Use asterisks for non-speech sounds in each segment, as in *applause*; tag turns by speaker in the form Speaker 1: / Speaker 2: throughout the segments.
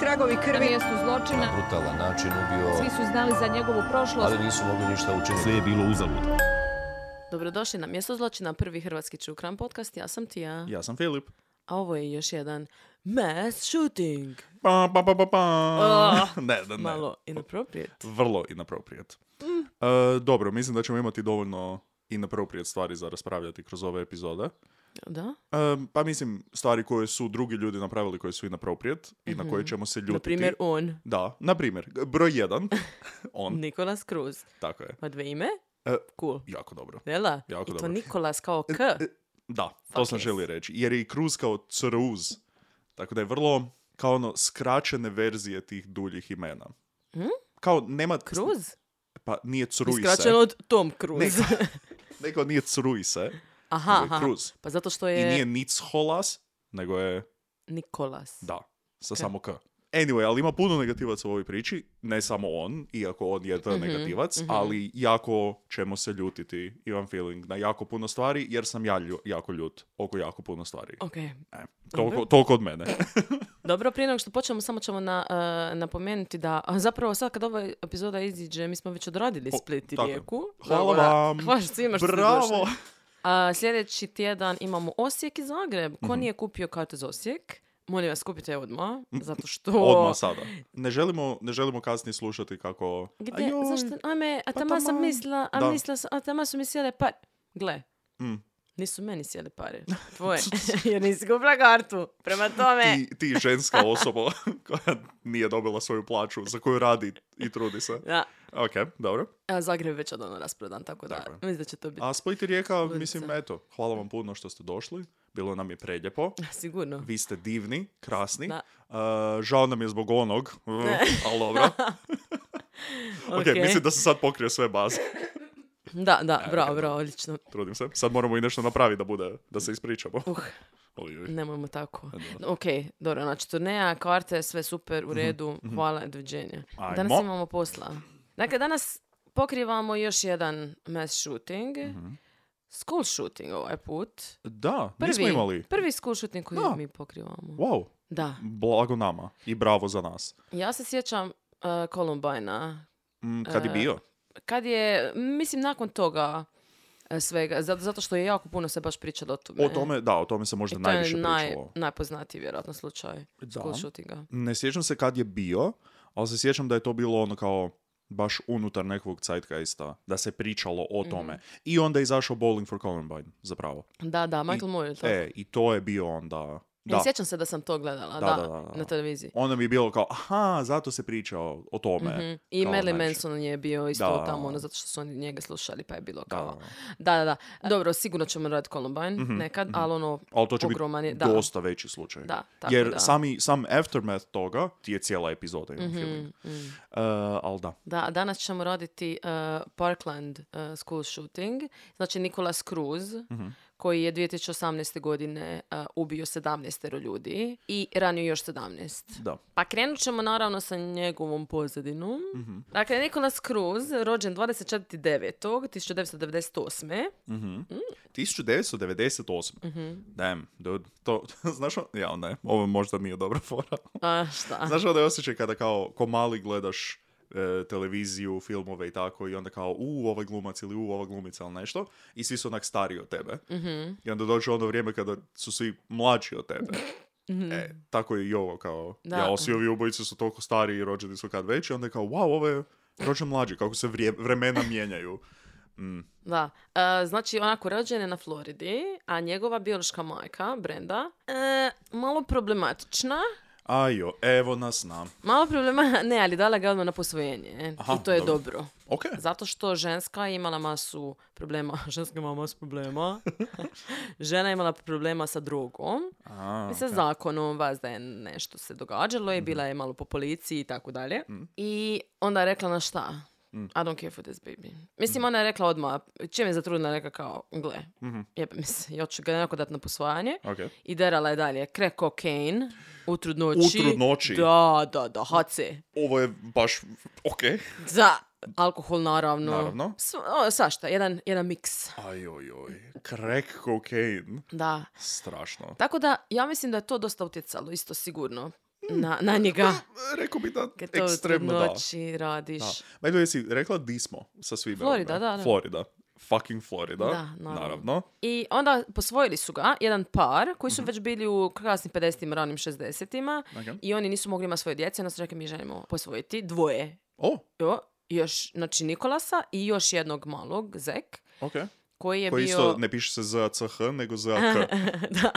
Speaker 1: tragovi
Speaker 2: Na
Speaker 1: krvi.
Speaker 2: mjestu zločina.
Speaker 3: brutalan način
Speaker 2: Svi
Speaker 3: ubio,
Speaker 2: su znali za njegovu prošlost.
Speaker 3: ali nisu mogli ništa učiniti.
Speaker 4: Sve je bilo uzalud.
Speaker 5: Dobrodošli na Mjesto zločina, prvi hrvatski Čukran podcast, ja sam Tija.
Speaker 4: Ja sam Filip.
Speaker 5: A ovo je još jedan mass shooting.
Speaker 4: Pa, pa, pa, pa, pa.
Speaker 5: Ah,
Speaker 4: *laughs* ne, ne, ne.
Speaker 5: Malo Mm. inappropriate.
Speaker 4: Vrlo inappropriate. E, dobro, mislim da ćemo imati dovoljno inappropriate stvari za raspravljati kroz ove epizode.
Speaker 5: Da?
Speaker 4: E, pa mislim, stvari koje su drugi ljudi napravili koje su inappropriate i na
Speaker 5: Mhm.
Speaker 4: koje ćemo se ljutiti.
Speaker 5: Na primjer on,
Speaker 4: Da, na primjer. Broj
Speaker 5: *laughs*
Speaker 4: jedan, on,
Speaker 5: Nikolas Cruz.
Speaker 4: tako je.
Speaker 5: Ma dve ime?
Speaker 4: E,
Speaker 5: Cool.
Speaker 4: Jako dobro.
Speaker 5: Jela?
Speaker 4: Jako E,
Speaker 5: I to
Speaker 4: dobro.
Speaker 5: Nikolas kao K.
Speaker 4: Da, to
Speaker 5: Fuck
Speaker 4: sam
Speaker 5: yes.
Speaker 4: želio reći. Jer je i Cruz kao Cruz. Tako da je vrlo kao ono skraćene verzije tih duljih imena.
Speaker 5: Mm?
Speaker 4: Kao nema...
Speaker 5: Cruz?
Speaker 4: Pa nije Cruise.
Speaker 5: Skraćeno od Tom
Speaker 4: Ne,
Speaker 5: Cruz.
Speaker 4: nego nije Cruise,
Speaker 5: *laughs* aha,
Speaker 4: nego je
Speaker 5: aha.
Speaker 4: Cruz.
Speaker 5: Pa zato što
Speaker 4: I nije
Speaker 5: je
Speaker 4: Nicholas, nego je...
Speaker 5: Nikolas.
Speaker 4: Da, sa samo K. Anyway, ali ima puno negativaca u ovoj priči, ne samo on, iako on je
Speaker 5: Mhm,
Speaker 4: to negativac, ali jako ćemo se ljutiti, imam feeling, na jako puno stvari, jer sam ja lju- jako ljut oko jako puno stvari.
Speaker 5: Ok.
Speaker 4: E, toliko, toliko od
Speaker 5: *laughs*
Speaker 4: mene.
Speaker 5: Dobro, prije nego što počnemo, samo ćemo na, e, napomenuti da a zapravo sad kad ova epizoda iziđe, mi smo već odradili
Speaker 4: O,
Speaker 5: Split i
Speaker 4: tako je.
Speaker 5: Rijeku.
Speaker 4: Hvala
Speaker 5: Tako da, *laughs*
Speaker 4: vam.
Speaker 5: Hvala svima što ste došli.
Speaker 4: Bravo!
Speaker 5: A, sljedeći tjedan imamo Osijek i Zagreb. Ko
Speaker 4: Mhm.
Speaker 5: nije kupio karte za Osijek, molim vas kupite je odmah, zato što...
Speaker 4: Odmah sada. Ne želimo, ne želimo kasnije slušati kako...
Speaker 5: Gdje,
Speaker 4: "Ajoj,
Speaker 5: zašto, ajme, a
Speaker 4: pa
Speaker 5: tama sam
Speaker 4: taman."
Speaker 5: mislila, a
Speaker 4: Da.
Speaker 5: mislila sam, a tama su mi sjele pare. Gle,
Speaker 4: Mm.
Speaker 5: nisu meni sjele pare,
Speaker 4: *laughs*
Speaker 5: tvoje, *laughs* jer nisi kupila kartu. Prema tome,
Speaker 4: Ti, ti ženska osoba *laughs* koja nije dobila svoju plaću, za koju radi i trudi se.
Speaker 5: da,
Speaker 4: Ok, dobro.
Speaker 5: a Zagreb je već odavno rasprodan, tako da,
Speaker 4: Tako je.
Speaker 5: mislim da će to biti
Speaker 4: A Split i Rijeka,
Speaker 5: Ludica.
Speaker 4: mislim, eto, hvala vam puno što ste došli. Bilo nam je preljepo.
Speaker 5: sigurno.
Speaker 4: Vi ste divni, krasni.
Speaker 5: Da.
Speaker 4: Uh, žao nam je zbog onog, uh, ali
Speaker 5: *laughs*
Speaker 4: dobro. ok,
Speaker 5: Ok.
Speaker 4: mislim da sam sad pokrio sve baze.
Speaker 5: Da, da, bravo,
Speaker 4: dobro.
Speaker 5: bravo, odlično.
Speaker 4: Trudim se. Sad moramo i nešto napraviti da bude, da se ispričamo.
Speaker 5: Uh.
Speaker 4: Oj, oj.
Speaker 5: Nemojmo tako. Ok, dobro, znači turneja, karte, sve super, u redu, hvala, doviđenja.
Speaker 4: Mhm, Ajmo.
Speaker 5: Danas imamo posla. Dakle, danas pokrivamo još jedan mass shooting,
Speaker 4: Mhm.
Speaker 5: school shooting ovaj put.
Speaker 4: Da,
Speaker 5: Prvi,
Speaker 4: nismo imali.
Speaker 5: prvi school shooting koji
Speaker 4: Da.
Speaker 5: mi pokrivamo.
Speaker 4: Wow,
Speaker 5: Da,
Speaker 4: blago nama i bravo za nas.
Speaker 5: ja se sjećam uh, Columbine-a,
Speaker 4: Mm, kad je
Speaker 5: E,
Speaker 4: bio?
Speaker 5: kad je, mislim, nakon toga e, svega, zato, zato što je jako puno se baš pričalo o tome.
Speaker 4: O tome, da, o tome se
Speaker 5: I
Speaker 4: možda
Speaker 5: E, to je
Speaker 4: najviše
Speaker 5: naj,
Speaker 4: pričalo.
Speaker 5: najpoznatiji vjerojatno slučaj
Speaker 4: Da.
Speaker 5: school shootinga.
Speaker 4: Ne sjećam se kad je bio, ali se sjećam da je to bilo ono kao baš unutar nekog zeitgeista, da se pričalo o
Speaker 5: Mhm.
Speaker 4: tome. I onda je izašao Bowling for Columbine, zapravo.
Speaker 5: Da, da, Michael
Speaker 4: I,
Speaker 5: Moore je to.
Speaker 4: E, i to je bio onda...
Speaker 5: Da.
Speaker 4: Da,
Speaker 5: sjećam se da sam to gledala,
Speaker 4: Da,
Speaker 5: da,
Speaker 4: da, da, da.
Speaker 5: na televiziji.
Speaker 4: onda mi je bilo kao, aha, zato se pričao o tome.
Speaker 5: Mhm. I
Speaker 4: kao
Speaker 5: Marilyn
Speaker 4: najviše.
Speaker 5: Manson je bio isto
Speaker 4: Da.
Speaker 5: tamo, ono, zato što su oni njega slušali, pa je bilo
Speaker 4: Da. Mhm,
Speaker 5: kao... Da, da, da. Dobro, sigurno ćemo raditi Columbine nekad, ali ono,
Speaker 4: Ali to će
Speaker 5: ogroman je,
Speaker 4: biti
Speaker 5: da.
Speaker 4: dosta veći slučaj.
Speaker 5: Da, tako
Speaker 4: Jer
Speaker 5: da. Mhm,
Speaker 4: Sami, sam aftermath toga ti je cijela epizoda, imam feeling. E, ali da.
Speaker 5: Da, a danas ćemo raditi eh, Parkland eh, school shooting. Znači Nikolas Cruz,
Speaker 4: Mhm.
Speaker 5: koji je 2018. godine eh, ubio 17 ljudi i ranio još 17.
Speaker 4: Da.
Speaker 5: Pa krenut ćemo naravno sa njegovom pozadinom. Dakle, Nikolas Cruz, rođen 24.9.1998.
Speaker 4: 1998.
Speaker 5: Mhm.
Speaker 4: Damn, dude. To, *laughs* znaš, o- ja ne, ovo možda nije dobra fora.
Speaker 5: A šta?
Speaker 4: znaš onda je osjećaj kada kao, ko mali gledaš e, televiziju, filmove i tako i onda kao, u, ovaj glumac ili u, ova glumica ili nešto i svi su onak stariji od tebe.
Speaker 5: Mhm.
Speaker 4: I onda dođe ono vrijeme kada su svi mlađi od tebe. E, tako je i ovo kao,
Speaker 5: Mhm. Da.
Speaker 4: ja, svi ovi ubojice su toliko stari i rođeni su kad već i onda je kao, wow, ovo je rođen mlađi, kako se vrije- vremena mijenjaju.
Speaker 5: Da. E, znači, onako, rođen je na Floridi, a njegova biološka majka, Brenda, e, malo problematična.
Speaker 4: Ajo, evo nas nam.
Speaker 5: Malo problema, *laughs* ne, ali dala ga odmah na posvojenje. e.
Speaker 4: Aha,
Speaker 5: I to je
Speaker 4: dobro.
Speaker 5: dobro.
Speaker 4: Ok.
Speaker 5: Zato što ženska je imala masu problema, *laughs* ženska ima masu problema. Žena je imala problema sa drogom
Speaker 4: A, Mhm.
Speaker 5: i sa zakonom, vas da je nešto se događalo i bila je malo po policiji i tako dalje. I onda je rekla na šta?
Speaker 4: Mhm.
Speaker 5: I don't care for this baby. Mislim, ona je rekla odmah, čim je zatrudna, rekla kao, gle,
Speaker 4: Mhm.
Speaker 5: jebe mi se, ja ću ga jednako dati na posvajanje.
Speaker 4: ok.
Speaker 5: I derala je dalje krek kokain u trudnoći.
Speaker 4: U trudnoći?
Speaker 5: Da, da, da, HC.
Speaker 4: Ovo je baš, ok.
Speaker 5: Za alkohol, naravno.
Speaker 4: Naravno.
Speaker 5: Sva- o, svašta, jedan, jedan miks.
Speaker 4: Ajojoj, crack kokain.
Speaker 5: Da.
Speaker 4: Strašno.
Speaker 5: Tako da, ja mislim da je to dosta utjecalo, isto sigurno.
Speaker 4: Mm.
Speaker 5: na, na njega.
Speaker 4: Pa, Rekao bi da
Speaker 5: Kad to
Speaker 4: ekstremno da.
Speaker 5: noći radiš.
Speaker 4: da. By the way, si rekla di smo sa svime.
Speaker 5: Florida,
Speaker 4: ovime?
Speaker 5: da, da.
Speaker 4: Florida. Fucking Florida.
Speaker 5: Da, naravno.
Speaker 4: naravno.
Speaker 5: I onda posvojili su ga, jedan par, koji
Speaker 4: Mhm.
Speaker 5: su već bili u kasnim 50-im, ranim 60-ima.
Speaker 4: Ok.
Speaker 5: I oni nisu mogli imati svoje djece, onda su rekli mi želimo posvojiti dvoje.
Speaker 4: O,
Speaker 5: Jo, još, znači Nikolasa i još jednog malog, Zek,
Speaker 4: ok.
Speaker 5: koji je
Speaker 4: Koji
Speaker 5: bio... *laughs*
Speaker 4: isto ne piše se za CH, nego za K.
Speaker 5: da,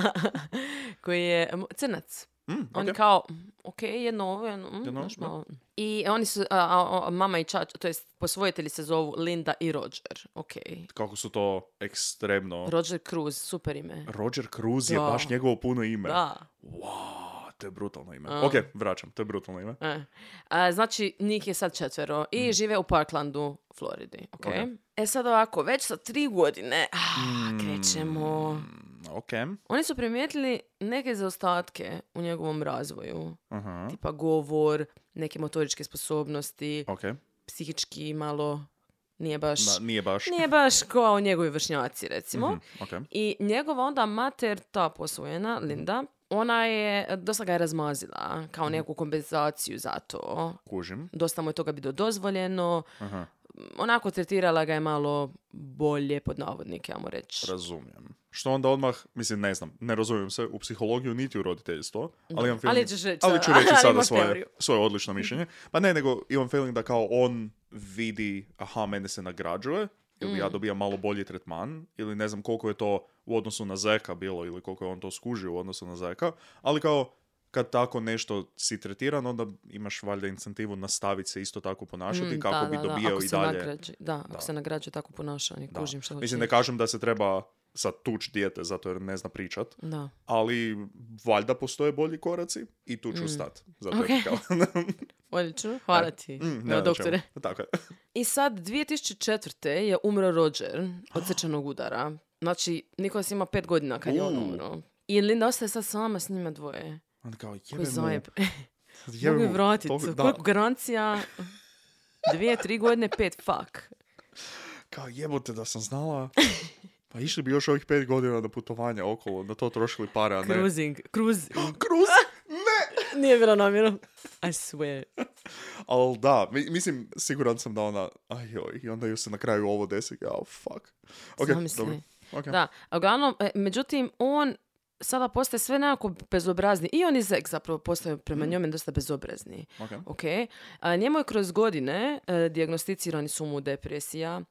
Speaker 5: koji je m, crnac.
Speaker 4: Mm,
Speaker 5: *laughs* On
Speaker 4: ok.
Speaker 5: kao, ok, jedno ovo, jedno, mm,
Speaker 4: Jedno,
Speaker 5: znaš
Speaker 4: da.
Speaker 5: malo. I oni su, a, a- a- mama i čač, to jest posvojitelji se zovu Linda i Roger, ok.
Speaker 4: Kako su to ekstremno.
Speaker 5: Roger Cruz, super ime.
Speaker 4: Roger Cruz je
Speaker 5: Da.
Speaker 4: baš njegovo puno ime.
Speaker 5: Da.
Speaker 4: Wow, to je brutalno ime.
Speaker 5: A.
Speaker 4: Ok, vraćam, to je brutalno ime.
Speaker 5: E. A, znači, njih je sad četvero i žive u Parklandu, Floridi. ok?
Speaker 4: Mhm. Ok.
Speaker 5: E sad ovako, već sa tri godine ah, krećemo.
Speaker 4: Mm, Ok.
Speaker 5: Oni su primijetili neke zaostatke u njegovom razvoju.
Speaker 4: Aha.
Speaker 5: Tipa govor, neke motoričke sposobnosti,
Speaker 4: Ok.
Speaker 5: psihički malo nije baš...
Speaker 4: Ma, nije baš.
Speaker 5: Nije baš kao njegovi vršnjaci, recimo.
Speaker 4: Mhm, ok.
Speaker 5: I njegova onda mater, ta posvojena, Linda, ona je, dosta ga je razmazila kao
Speaker 4: Mhm.
Speaker 5: neku kompenzaciju za to
Speaker 4: Kužim.
Speaker 5: dosta mu je toga bilo dozvoljeno.
Speaker 4: Aha.
Speaker 5: Onako tretirala ga je malo bolje pod navodnike, ajmo reći.
Speaker 4: Razumijem. Što onda odmah, mislim, ne znam, ne razumijem se u psihologiju niti u roditeljstvo, ali imam feeling,
Speaker 5: Ali ćeš reći,
Speaker 4: ali
Speaker 5: da.
Speaker 4: ću reći
Speaker 5: *laughs* Ali
Speaker 4: sada
Speaker 5: imaš
Speaker 4: svoje,
Speaker 5: teoriju.
Speaker 4: svoje odlično mišljenje. Pa ne, nego imam feeling da kao on vidi, aha, mene se nagrađuje, ili
Speaker 5: Mm.
Speaker 4: ja dobijam malo bolji tretman, ili ne znam koliko je to u odnosu na Zeka bilo, ili koliko je on to skužio u odnosu na Zeka, ali kao kad tako nešto si tretiran, onda imaš valjda incentivu nastaviti se isto tako ponašati
Speaker 5: Mm,
Speaker 4: kako
Speaker 5: da,
Speaker 4: bi
Speaker 5: da, da,
Speaker 4: dobio
Speaker 5: ako
Speaker 4: i
Speaker 5: se
Speaker 4: dalje.
Speaker 5: nagrađuje- da,
Speaker 4: Da.
Speaker 5: ako se nagrađuje tako ponašanje,
Speaker 4: Da.
Speaker 5: kužim što hoće.
Speaker 4: Mislim, ne kažem da se treba sad tuč dijete zato jer ne zna pričat,
Speaker 5: Da.
Speaker 4: ali valjda postoje bolji koraci i tu ću stat. Zato jer
Speaker 5: Mm. Ok.
Speaker 4: kao... *laughs*
Speaker 5: Odlično, hvala ti,
Speaker 4: Mm,
Speaker 5: evo,
Speaker 4: ne znam
Speaker 5: doktore.
Speaker 4: čemu. Tako je.
Speaker 5: I sad, 2004. je umro Roger od srčanog udara. Znači, Nikolas ima pet godina kad je on
Speaker 4: U.
Speaker 5: umro. I Linda ostaje sad sama s njima dvoje.
Speaker 4: On kao, jebe
Speaker 5: Koji
Speaker 4: mu,
Speaker 5: *laughs* zajeb.
Speaker 4: jebe
Speaker 5: Mogu je
Speaker 4: mu,
Speaker 5: vratit.
Speaker 4: toliko- da.
Speaker 5: Koliko garancija? Dvije, tri godine, pet, fuck.
Speaker 4: Kao, jebote da sam
Speaker 5: *laughs*
Speaker 4: znala. Pa išli bi još ovih pet godina do putovanja okolo, na to trošili para, a ne...
Speaker 5: Cruising,
Speaker 4: *gasps*
Speaker 5: cruising.
Speaker 4: Kruz!
Speaker 5: *laughs* Nije bilo namjerno. I swear.
Speaker 4: Ali da, mi- mislim, siguran sam da ona, ajoj, i onda ju se na kraju ovo desi, kao, "Oh, fuck. Ok,
Speaker 5: Zamisli.
Speaker 4: dobro. Ok.
Speaker 5: Da, a uglavnom, e, međutim, on sada postaje sve nekako bezobrazni. I on i Zek zapravo postaju
Speaker 4: Mm.
Speaker 5: prema njome dosta bezobrazni.
Speaker 4: ok.
Speaker 5: Ok. A, njemu je kroz godine e, dijagnosticirani su mu depresija,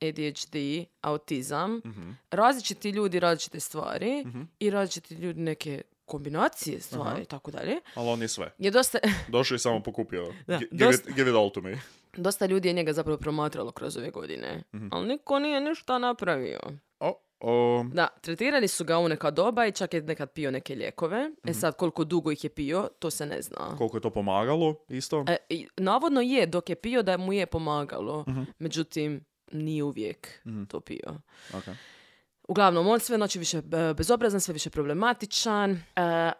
Speaker 5: ADHD, autizam,
Speaker 4: Mm. Mhm.
Speaker 5: različiti ljudi različite stvari i različiti ljudi neke kombinacije stvari i tako dalje.
Speaker 4: Ali on je sve.
Speaker 5: Je dosta,
Speaker 4: Došao je samo pokupio.
Speaker 5: Da,
Speaker 4: Gi- give, it,
Speaker 5: dosta-
Speaker 4: give it all to me.
Speaker 5: dosta ljudi je njega zapravo promatralo kroz ove godine, ali niko nije ništa napravio.
Speaker 4: O, o,
Speaker 5: Da, tretirali su ga u neka doba i čak je nekad pio neke lijekove. E sad, koliko dugo ih je pio, to se ne zna.
Speaker 4: koliko je to pomagalo isto?
Speaker 5: E, i navodno je, dok je pio, da mu je pomagalo. Međutim, nije uvijek to pio.
Speaker 4: Ok.
Speaker 5: Uglavnom, on sve noći više e, bezobrazan, sve više problematičan. E,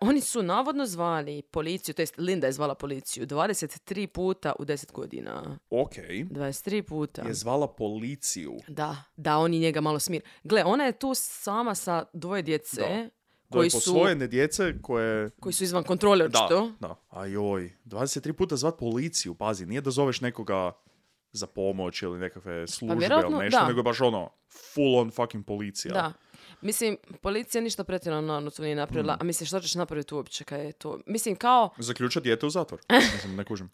Speaker 5: oni su navodno zvali policiju, to jest Linda je zvala policiju 23 puta u 10 godina.
Speaker 4: Ok.
Speaker 5: 23 puta.
Speaker 4: Je zvala policiju.
Speaker 5: Da, da oni njega malo smir. Gle, ona je tu sama sa dvoje djece
Speaker 4: Da. Koji
Speaker 5: koji su,
Speaker 4: posvojene djece koje...
Speaker 5: koji su izvan kontrole očito.
Speaker 4: da. Ajoj, 23 puta zvat policiju, pazi, nije da zoveš nekoga za pomoć ili nekakve službe ili
Speaker 5: Pa vjerojatno,
Speaker 4: nešto,
Speaker 5: da.
Speaker 4: nego je baš ono, full on fucking policija.
Speaker 5: Da. Mislim, policija ništa pretjerano naravno tu nije
Speaker 4: Mm.
Speaker 5: napravila, a mislim, što ćeš napraviti uopće kad je to... Mislim, kao
Speaker 4: Zaključa dijete u
Speaker 5: *laughs*
Speaker 4: zatvor. Mislim, ne kužim.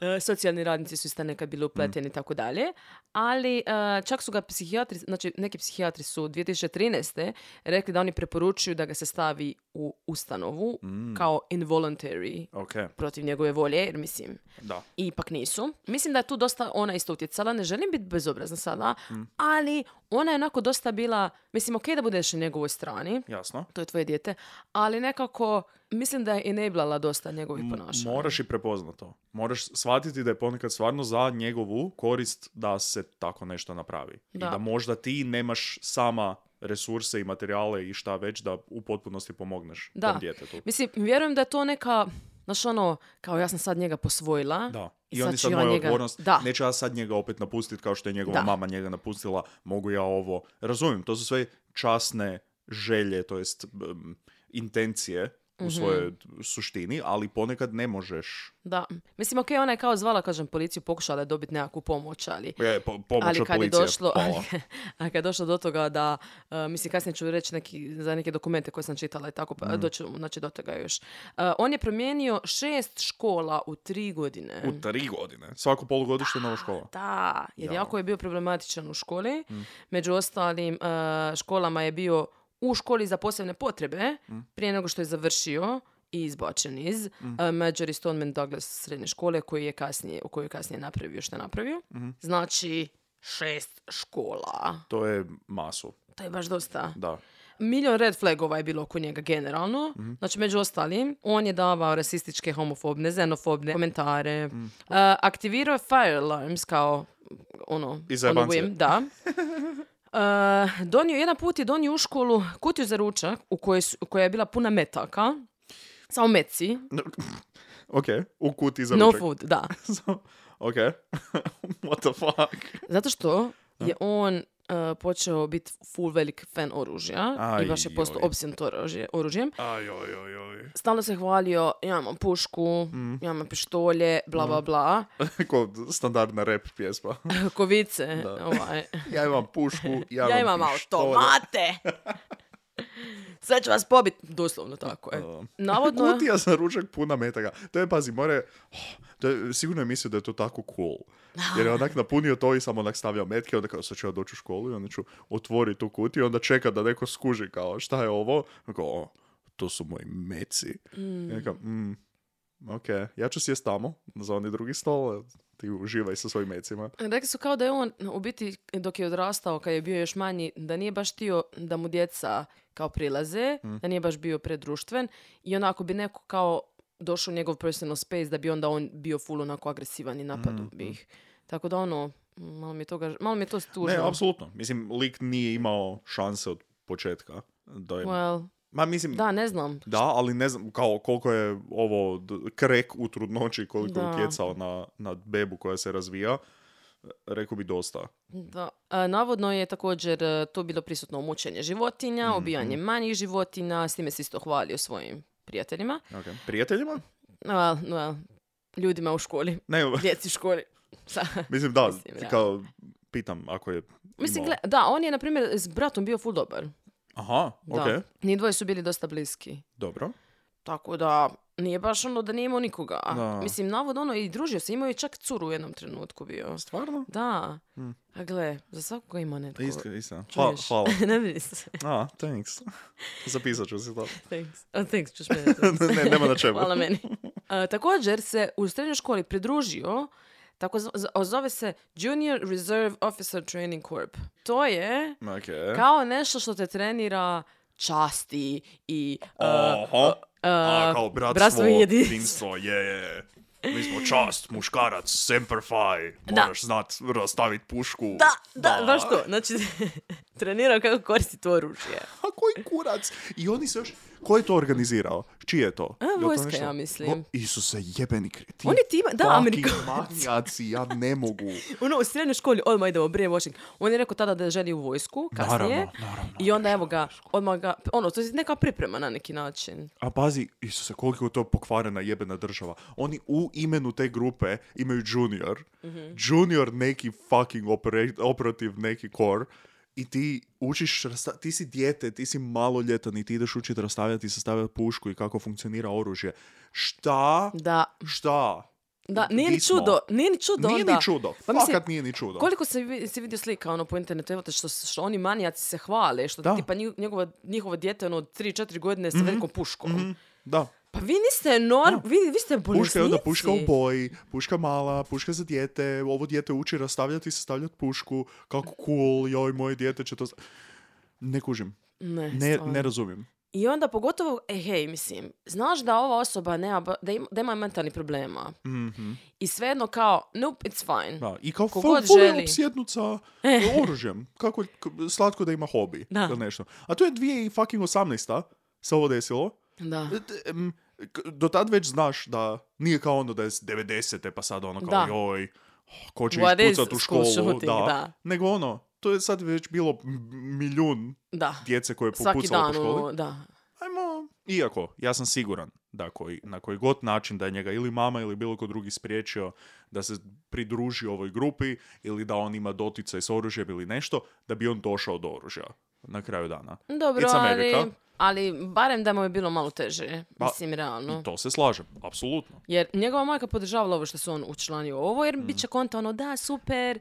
Speaker 5: e, socijalni radnici su isto nekad bili
Speaker 4: Mm.
Speaker 5: upleteni i tako dalje, ali e, čak su ga psihijatri, znači neki psihijatri su 2013. rekli da oni preporučuju da ga se stavi u ustanovu
Speaker 4: Mm.
Speaker 5: kao involuntary
Speaker 4: Ok,
Speaker 5: protiv njegove volje, jer mislim,
Speaker 4: da.
Speaker 5: I ipak nisu. Mislim da je tu dosta ona isto utjecala, ne želim biti bezobrazna sada,
Speaker 4: Mm.
Speaker 5: ali ona je onako dosta bila, mislim, ok da budeš na njegovoj strani,
Speaker 4: Jasno.
Speaker 5: to je tvoje dijete, ali nekako mislim da je enablala dosta njegovih ponašanja.
Speaker 4: Moraš i prepoznat to. Moraš shvatiti da je ponekad stvarno za njegovu korist da se tako nešto napravi. I
Speaker 5: Da.
Speaker 4: da možda ti nemaš sama resurse i materijale i šta već da u potpunosti pomogneš
Speaker 5: Da.
Speaker 4: tom djetetu.
Speaker 5: Mislim, vjerujem da je to neka, znaš ono, kao ja sam sad njega posvojila.
Speaker 4: Da.
Speaker 5: I
Speaker 4: I on
Speaker 5: sad
Speaker 4: je
Speaker 5: ću
Speaker 4: sad
Speaker 5: ja
Speaker 4: moja
Speaker 5: njega-
Speaker 4: odgovornost.
Speaker 5: Da.
Speaker 4: Neću ja sad njega opet napustiti kao što je njegova
Speaker 5: Da.
Speaker 4: mama njega napustila. Mogu ja ovo. Razumijem, to su sve časne želje, to jest um, intencije
Speaker 5: Mhm.
Speaker 4: u svojoj suštini, ali ponekad ne možeš.
Speaker 5: Da. Mislim, ok, ona je kao zvala, kažem, policiju, pokušala je dobiti nekakvu pomoć, ali...
Speaker 4: E, po, pomoć
Speaker 5: ali
Speaker 4: od
Speaker 5: kad je
Speaker 4: policije.
Speaker 5: došlo, *laughs*
Speaker 4: Hvala.
Speaker 5: a kad je došlo do toga da, e, mislim kasnije ću reći neki, za neke dokumente koje sam čitala i tako, pa
Speaker 4: Mhm.
Speaker 5: doći ću, znači do toga još. E, on je promijenio šest škola u tri godine.
Speaker 4: U tri godine. Svako polugodište nova škola.
Speaker 5: E. Da, jer
Speaker 4: Jao. Mhm.
Speaker 5: jako je bio problematičan u školi. Među ostalim e, školama je bio u školi za posebne potrebe
Speaker 4: Mhm.
Speaker 5: prije nego što je završio i izbačen iz e,
Speaker 4: Mhm.
Speaker 5: Marjorie Stoneman Douglas srednje škole koji je kasnije, u kojoj je kasnije napravio što je napravio.
Speaker 4: Mhm.
Speaker 5: Znači, šest škola.
Speaker 4: To je masu,
Speaker 5: To je baš dosta.
Speaker 4: da.
Speaker 5: Milion red flagova je bilo oko njega generalno.
Speaker 4: Mhm.
Speaker 5: Znači, među ostalim, on je davao rasističke, homofobne, zenofobne komentare.
Speaker 4: Mhm.
Speaker 5: Uh, aktivirao je fire alarms kao ono...
Speaker 4: I za
Speaker 5: on
Speaker 4: jebance.
Speaker 5: whim,
Speaker 4: *laughs*
Speaker 5: Da. Uh, donio, jedan put je donio u školu kutiju za ručak u kojoj, su- koja je bila puna metaka. Samo meci.
Speaker 4: Ok, u kuti za
Speaker 5: No
Speaker 4: ručak.
Speaker 5: food,
Speaker 4: *laughs*
Speaker 5: da.
Speaker 4: ok, *laughs* what the fuck?
Speaker 5: Zato što je on uh, počeo biti full velik fan oružja i baš je
Speaker 4: Aj,
Speaker 5: postao
Speaker 4: joj.
Speaker 5: obsjen to oružje, oružjem.
Speaker 4: Aj, oj, oj, oj.
Speaker 5: stalno se hvalio, ja imam pušku, ja imam pištolje, bla, bla, bla. *laughs*
Speaker 4: Kod standardna rap pjesma.
Speaker 5: Kovice, ovaj.
Speaker 4: Ja imam pušku, ja,
Speaker 5: Ja imam
Speaker 4: pištolj.
Speaker 5: automate! Sve ću vas pobit, doslovno tako je. Navodno, je-
Speaker 4: Pa Kutija za ručak puna metaka. To je, pazi, more... oh, to je, sigurno je mislio da je to tako cool. Jer je onak napunio to i samo onak stavljao metke, onda kao sad ću ja doći u školu i onda ću otvoriti tu kutiju, onda čeka da neko skuži kao šta je ovo. Kao, o, to su moji meci. I onda kao, mm, ok, ja ću sjest tamo za onaj drugi stol, ti uživaj sa svojim mecima.
Speaker 5: rekli su kao da je on u biti dok je odrastao, kad je bio još manji, da nije baš htio da mu djeca kao prilaze, da nije baš bio predruštven i onako bi neko kao došao u njegov personal space da bi onda on bio full onako agresivan i napadu bi ih. Tako da ono, malo mi je, toga, malo mi je to tužno.
Speaker 4: Ne, apsolutno. Mislim, lik nije imao šanse od početka. Da Pa je,
Speaker 5: Well,
Speaker 4: ma mislim,
Speaker 5: da, ne znam.
Speaker 4: Da, ali ne znam kao koliko je ovo d- krek u trudnoći, koliko je
Speaker 5: Da.
Speaker 4: utjecao na, na bebu koja se razvija. Rekao bi dosta.
Speaker 5: Da. E, Navodno je također e, to bilo prisutno mučenje životinja,
Speaker 4: Mhm.
Speaker 5: ubijanje manjih životinja, s time se isto hvalio svojim prijateljima,
Speaker 4: Okay. Prijateljima?
Speaker 5: Well, well, ljudima u
Speaker 4: *laughs*
Speaker 5: školi,
Speaker 4: Ne,
Speaker 5: *laughs* djeci u školi. Sa-
Speaker 4: mislim da,
Speaker 5: Mislim, da.
Speaker 4: kao pitam ako je
Speaker 5: Mislim,
Speaker 4: imao-
Speaker 5: gle, da, on je, na primjer, s bratom bio full dobar.
Speaker 4: Aha,
Speaker 5: Da.
Speaker 4: ok,
Speaker 5: Njih dvoje su bili dosta bliski.
Speaker 4: dobro.
Speaker 5: Tako da, nije baš ono da nije imao nikoga.
Speaker 4: Da.
Speaker 5: Mislim, navodno, ono, i družio se, imao je čak curu u jednom trenutku bio.
Speaker 4: Stvarno?
Speaker 5: Da. A gle, za svakoga ima netko.
Speaker 4: Isto, isto. Hva,
Speaker 5: Čuješ?
Speaker 4: Hm. Pa hvala.
Speaker 5: *laughs* ne brini se.
Speaker 4: A,
Speaker 5: *laughs*
Speaker 4: thanks. Zapisat ću si to. *laughs*
Speaker 5: Thanks. A, thanks, ćeš mene to
Speaker 4: Ne, ne, nema na čemu.
Speaker 5: Hvala meni. A, također se u srednjoj školi pridružio, tako z- z- zove se Junior Reserve Officer Training Corp. To je
Speaker 4: Ok.
Speaker 5: kao nešto što te trenira časti i... e,
Speaker 4: Aha. A,
Speaker 5: e,
Speaker 4: kao bratstvo,
Speaker 5: bratstvo i jedinstvo.
Speaker 4: jedinstvo, je, je. Mi smo čast, muškarac, semper fi.
Speaker 5: Da.
Speaker 4: Moraš znat rastavit pušku.
Speaker 5: *laughs* Da, da, baš to. Znači, *laughs* trenirao kako koristiti oružje.
Speaker 4: A koji kurac? I oni se još... Ko je to organizirao? Čije je to? Je li to
Speaker 5: vojska,
Speaker 4: nešto-
Speaker 5: ja mislim.
Speaker 4: Vo- Isuse, jebeni kreti.
Speaker 5: Oni ti ima- da, Amerikanac.
Speaker 4: manijaci, ja ne mogu.
Speaker 5: Ono, u srednjoj školi odmah idemo brainwashing. On je rekao tada da želi u vojsku, kasnije.
Speaker 4: Naravno, naravno,
Speaker 5: I onda evo ga, odmah ga, ono, to je neka priprema na neki način.
Speaker 4: A pazi, Isuse, koliko je to pokvarena jebena država. Oni u imenu te grupe imaju junior.
Speaker 5: Mhm.
Speaker 4: Junior neki fucking opera- operativ neki core. I ti učiš, rasta- ti si dijete, ti si maloljetan i ti ideš učiti rastavljati i sastavljati pušku i kako funkcionira oružje. Šta?
Speaker 5: Da,
Speaker 4: Šta?
Speaker 5: da, nije
Speaker 4: Di
Speaker 5: ni
Speaker 4: smo?
Speaker 5: čudo, nije ni čudo
Speaker 4: Nije
Speaker 5: onda.
Speaker 4: ni čudo.
Speaker 5: Pa mislim,
Speaker 4: Fakat nije ni čudo.
Speaker 5: Koliko se vi- si vidio slika ono po internetu, evo te što, što oni manijaci se hvale, što
Speaker 4: Da. Mhm,
Speaker 5: tipa nji- njegovo, njihovo dijete ono od 3-4 godine sa velikom puškom.
Speaker 4: Da.
Speaker 5: Pa vi niste norm, vi, vi ste bolesnici.
Speaker 4: Puška je onda puška u boji, puška mala, puška za dijete, ovo dijete uči rastavljati i sastavljati pušku, kako cool, joj, moje dijete će to... s- Ne kužim,
Speaker 5: Ne,
Speaker 4: ne,
Speaker 5: stvarno.
Speaker 4: ne razumijem.
Speaker 5: I onda pogotovo, e, hej, mislim, znaš da ova osoba nema, ba- da, ima, da ima mentalni problema. I svejedno kao, nope, it's fine.
Speaker 4: Mhm, Da. I kao
Speaker 5: Kogod
Speaker 4: ful- ful je
Speaker 5: želi.
Speaker 4: opsjednut
Speaker 5: *laughs*
Speaker 4: sa oružjem, kako je k- slatko da ima hobi
Speaker 5: Da.
Speaker 4: ili nešto. A to je 2018. se ovo desilo.
Speaker 5: Da.
Speaker 4: D- em, k- Do tad već znaš da nije kao ono da je s 90. pa sad ono kao
Speaker 5: Da.
Speaker 4: joj, ko će
Speaker 5: What is
Speaker 4: ispucat u
Speaker 5: school
Speaker 4: školu.
Speaker 5: shooting, da.
Speaker 4: Nego ono, to je sad već bilo m- milijun
Speaker 5: Da.
Speaker 4: djece koje je
Speaker 5: Svaki
Speaker 4: popucalo po
Speaker 5: dan,
Speaker 4: školi.
Speaker 5: ono, da.
Speaker 4: Ajmo Iako, ja sam siguran da koji, na koji god način da je njega ili mama ili bilo ko drugi spriječio da se pridruži ovoj grupi ili da on ima doticaj s oružjem ili nešto, da bi on došao do oružja na kraju dana.
Speaker 5: Dobro,
Speaker 4: It's America.
Speaker 5: ali, ali barem da mu je bilo malo teže,
Speaker 4: Pa,
Speaker 5: mislim, realno.
Speaker 4: I to se slažem, apsolutno.
Speaker 5: Jer njegova majka podržavala ovo što se on učlanio u ovo, jer
Speaker 4: Mm.
Speaker 5: bit će konta ono, da, super,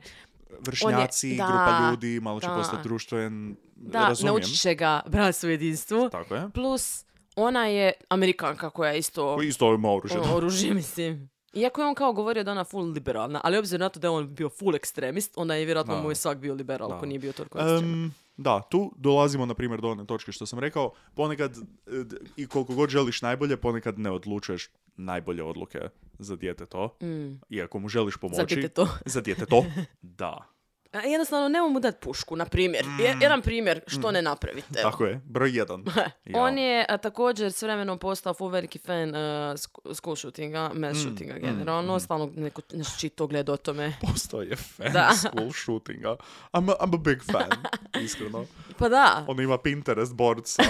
Speaker 4: Vršnjaci,
Speaker 5: On je- da,
Speaker 4: grupa ljudi, malo će
Speaker 5: da.
Speaker 4: postati društven,
Speaker 5: da,
Speaker 4: razumijem.
Speaker 5: naučit će ga bratstvo i jedinstvu.
Speaker 4: Tako je.
Speaker 5: Plus, ona je amerikanka koja je isto
Speaker 4: Isto ima oružje.
Speaker 5: ono, oružje, *laughs* mislim. Iako je on kao govorio da je ona full liberalna, ali obzirom na to da je on bio full ekstremist, onda je vjerojatno
Speaker 4: Da.
Speaker 5: mu je svak bio liberal,
Speaker 4: Da.
Speaker 5: ako nije bio toliko ekstreman.
Speaker 4: Em, da, tu dolazimo na primjer do one točke što sam rekao. Ponekad, e, d- i koliko god želiš najbolje, ponekad ne odlučuješ najbolje odluke za dijete to. Iako mu želiš pomoći.
Speaker 5: djeteto.
Speaker 4: Za djeteto, da.
Speaker 5: A Jednostavno, nemoj mu dati pušku, na primjer. Je- Jedan primjer, što ne napravite.
Speaker 4: Mm. Tako je, broj jedan. Ja.
Speaker 5: On je a, također s vremenom postao full veliki fan uh, sk- school shootinga, mass shootinga generalno. Stalno neko, nešto čito gleda o tome.
Speaker 4: Postao je fan
Speaker 5: Da.
Speaker 4: school shootinga. I'm a, I'm a big fan, iskreno.
Speaker 5: Pa da,
Speaker 4: On ima Pinterest board sa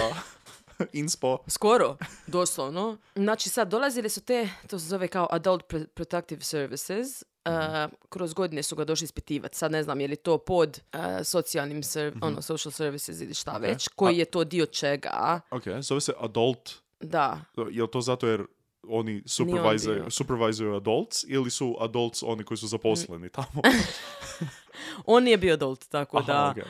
Speaker 4: inspo.
Speaker 5: skoro, doslovno. Znači sad, dolazile su te, to se zove kao Adult Pro- Protective Services, uh, kroz godine su ga došli ispitivati. Sad ne znam je li to pod uh, socijalnim, ser- ono, social services ili šta već, koji je to dio čega.
Speaker 4: Ok, zove se adult.
Speaker 5: Da,
Speaker 4: Jel to zato jer oni
Speaker 5: Nije on bio.
Speaker 4: supervisor, supervisor adults ili su adults oni koji su
Speaker 5: Mm.
Speaker 4: zaposleni
Speaker 5: *laughs*
Speaker 4: tamo?
Speaker 5: on nije bio adult, tako
Speaker 4: Aha,
Speaker 5: da...
Speaker 4: okej.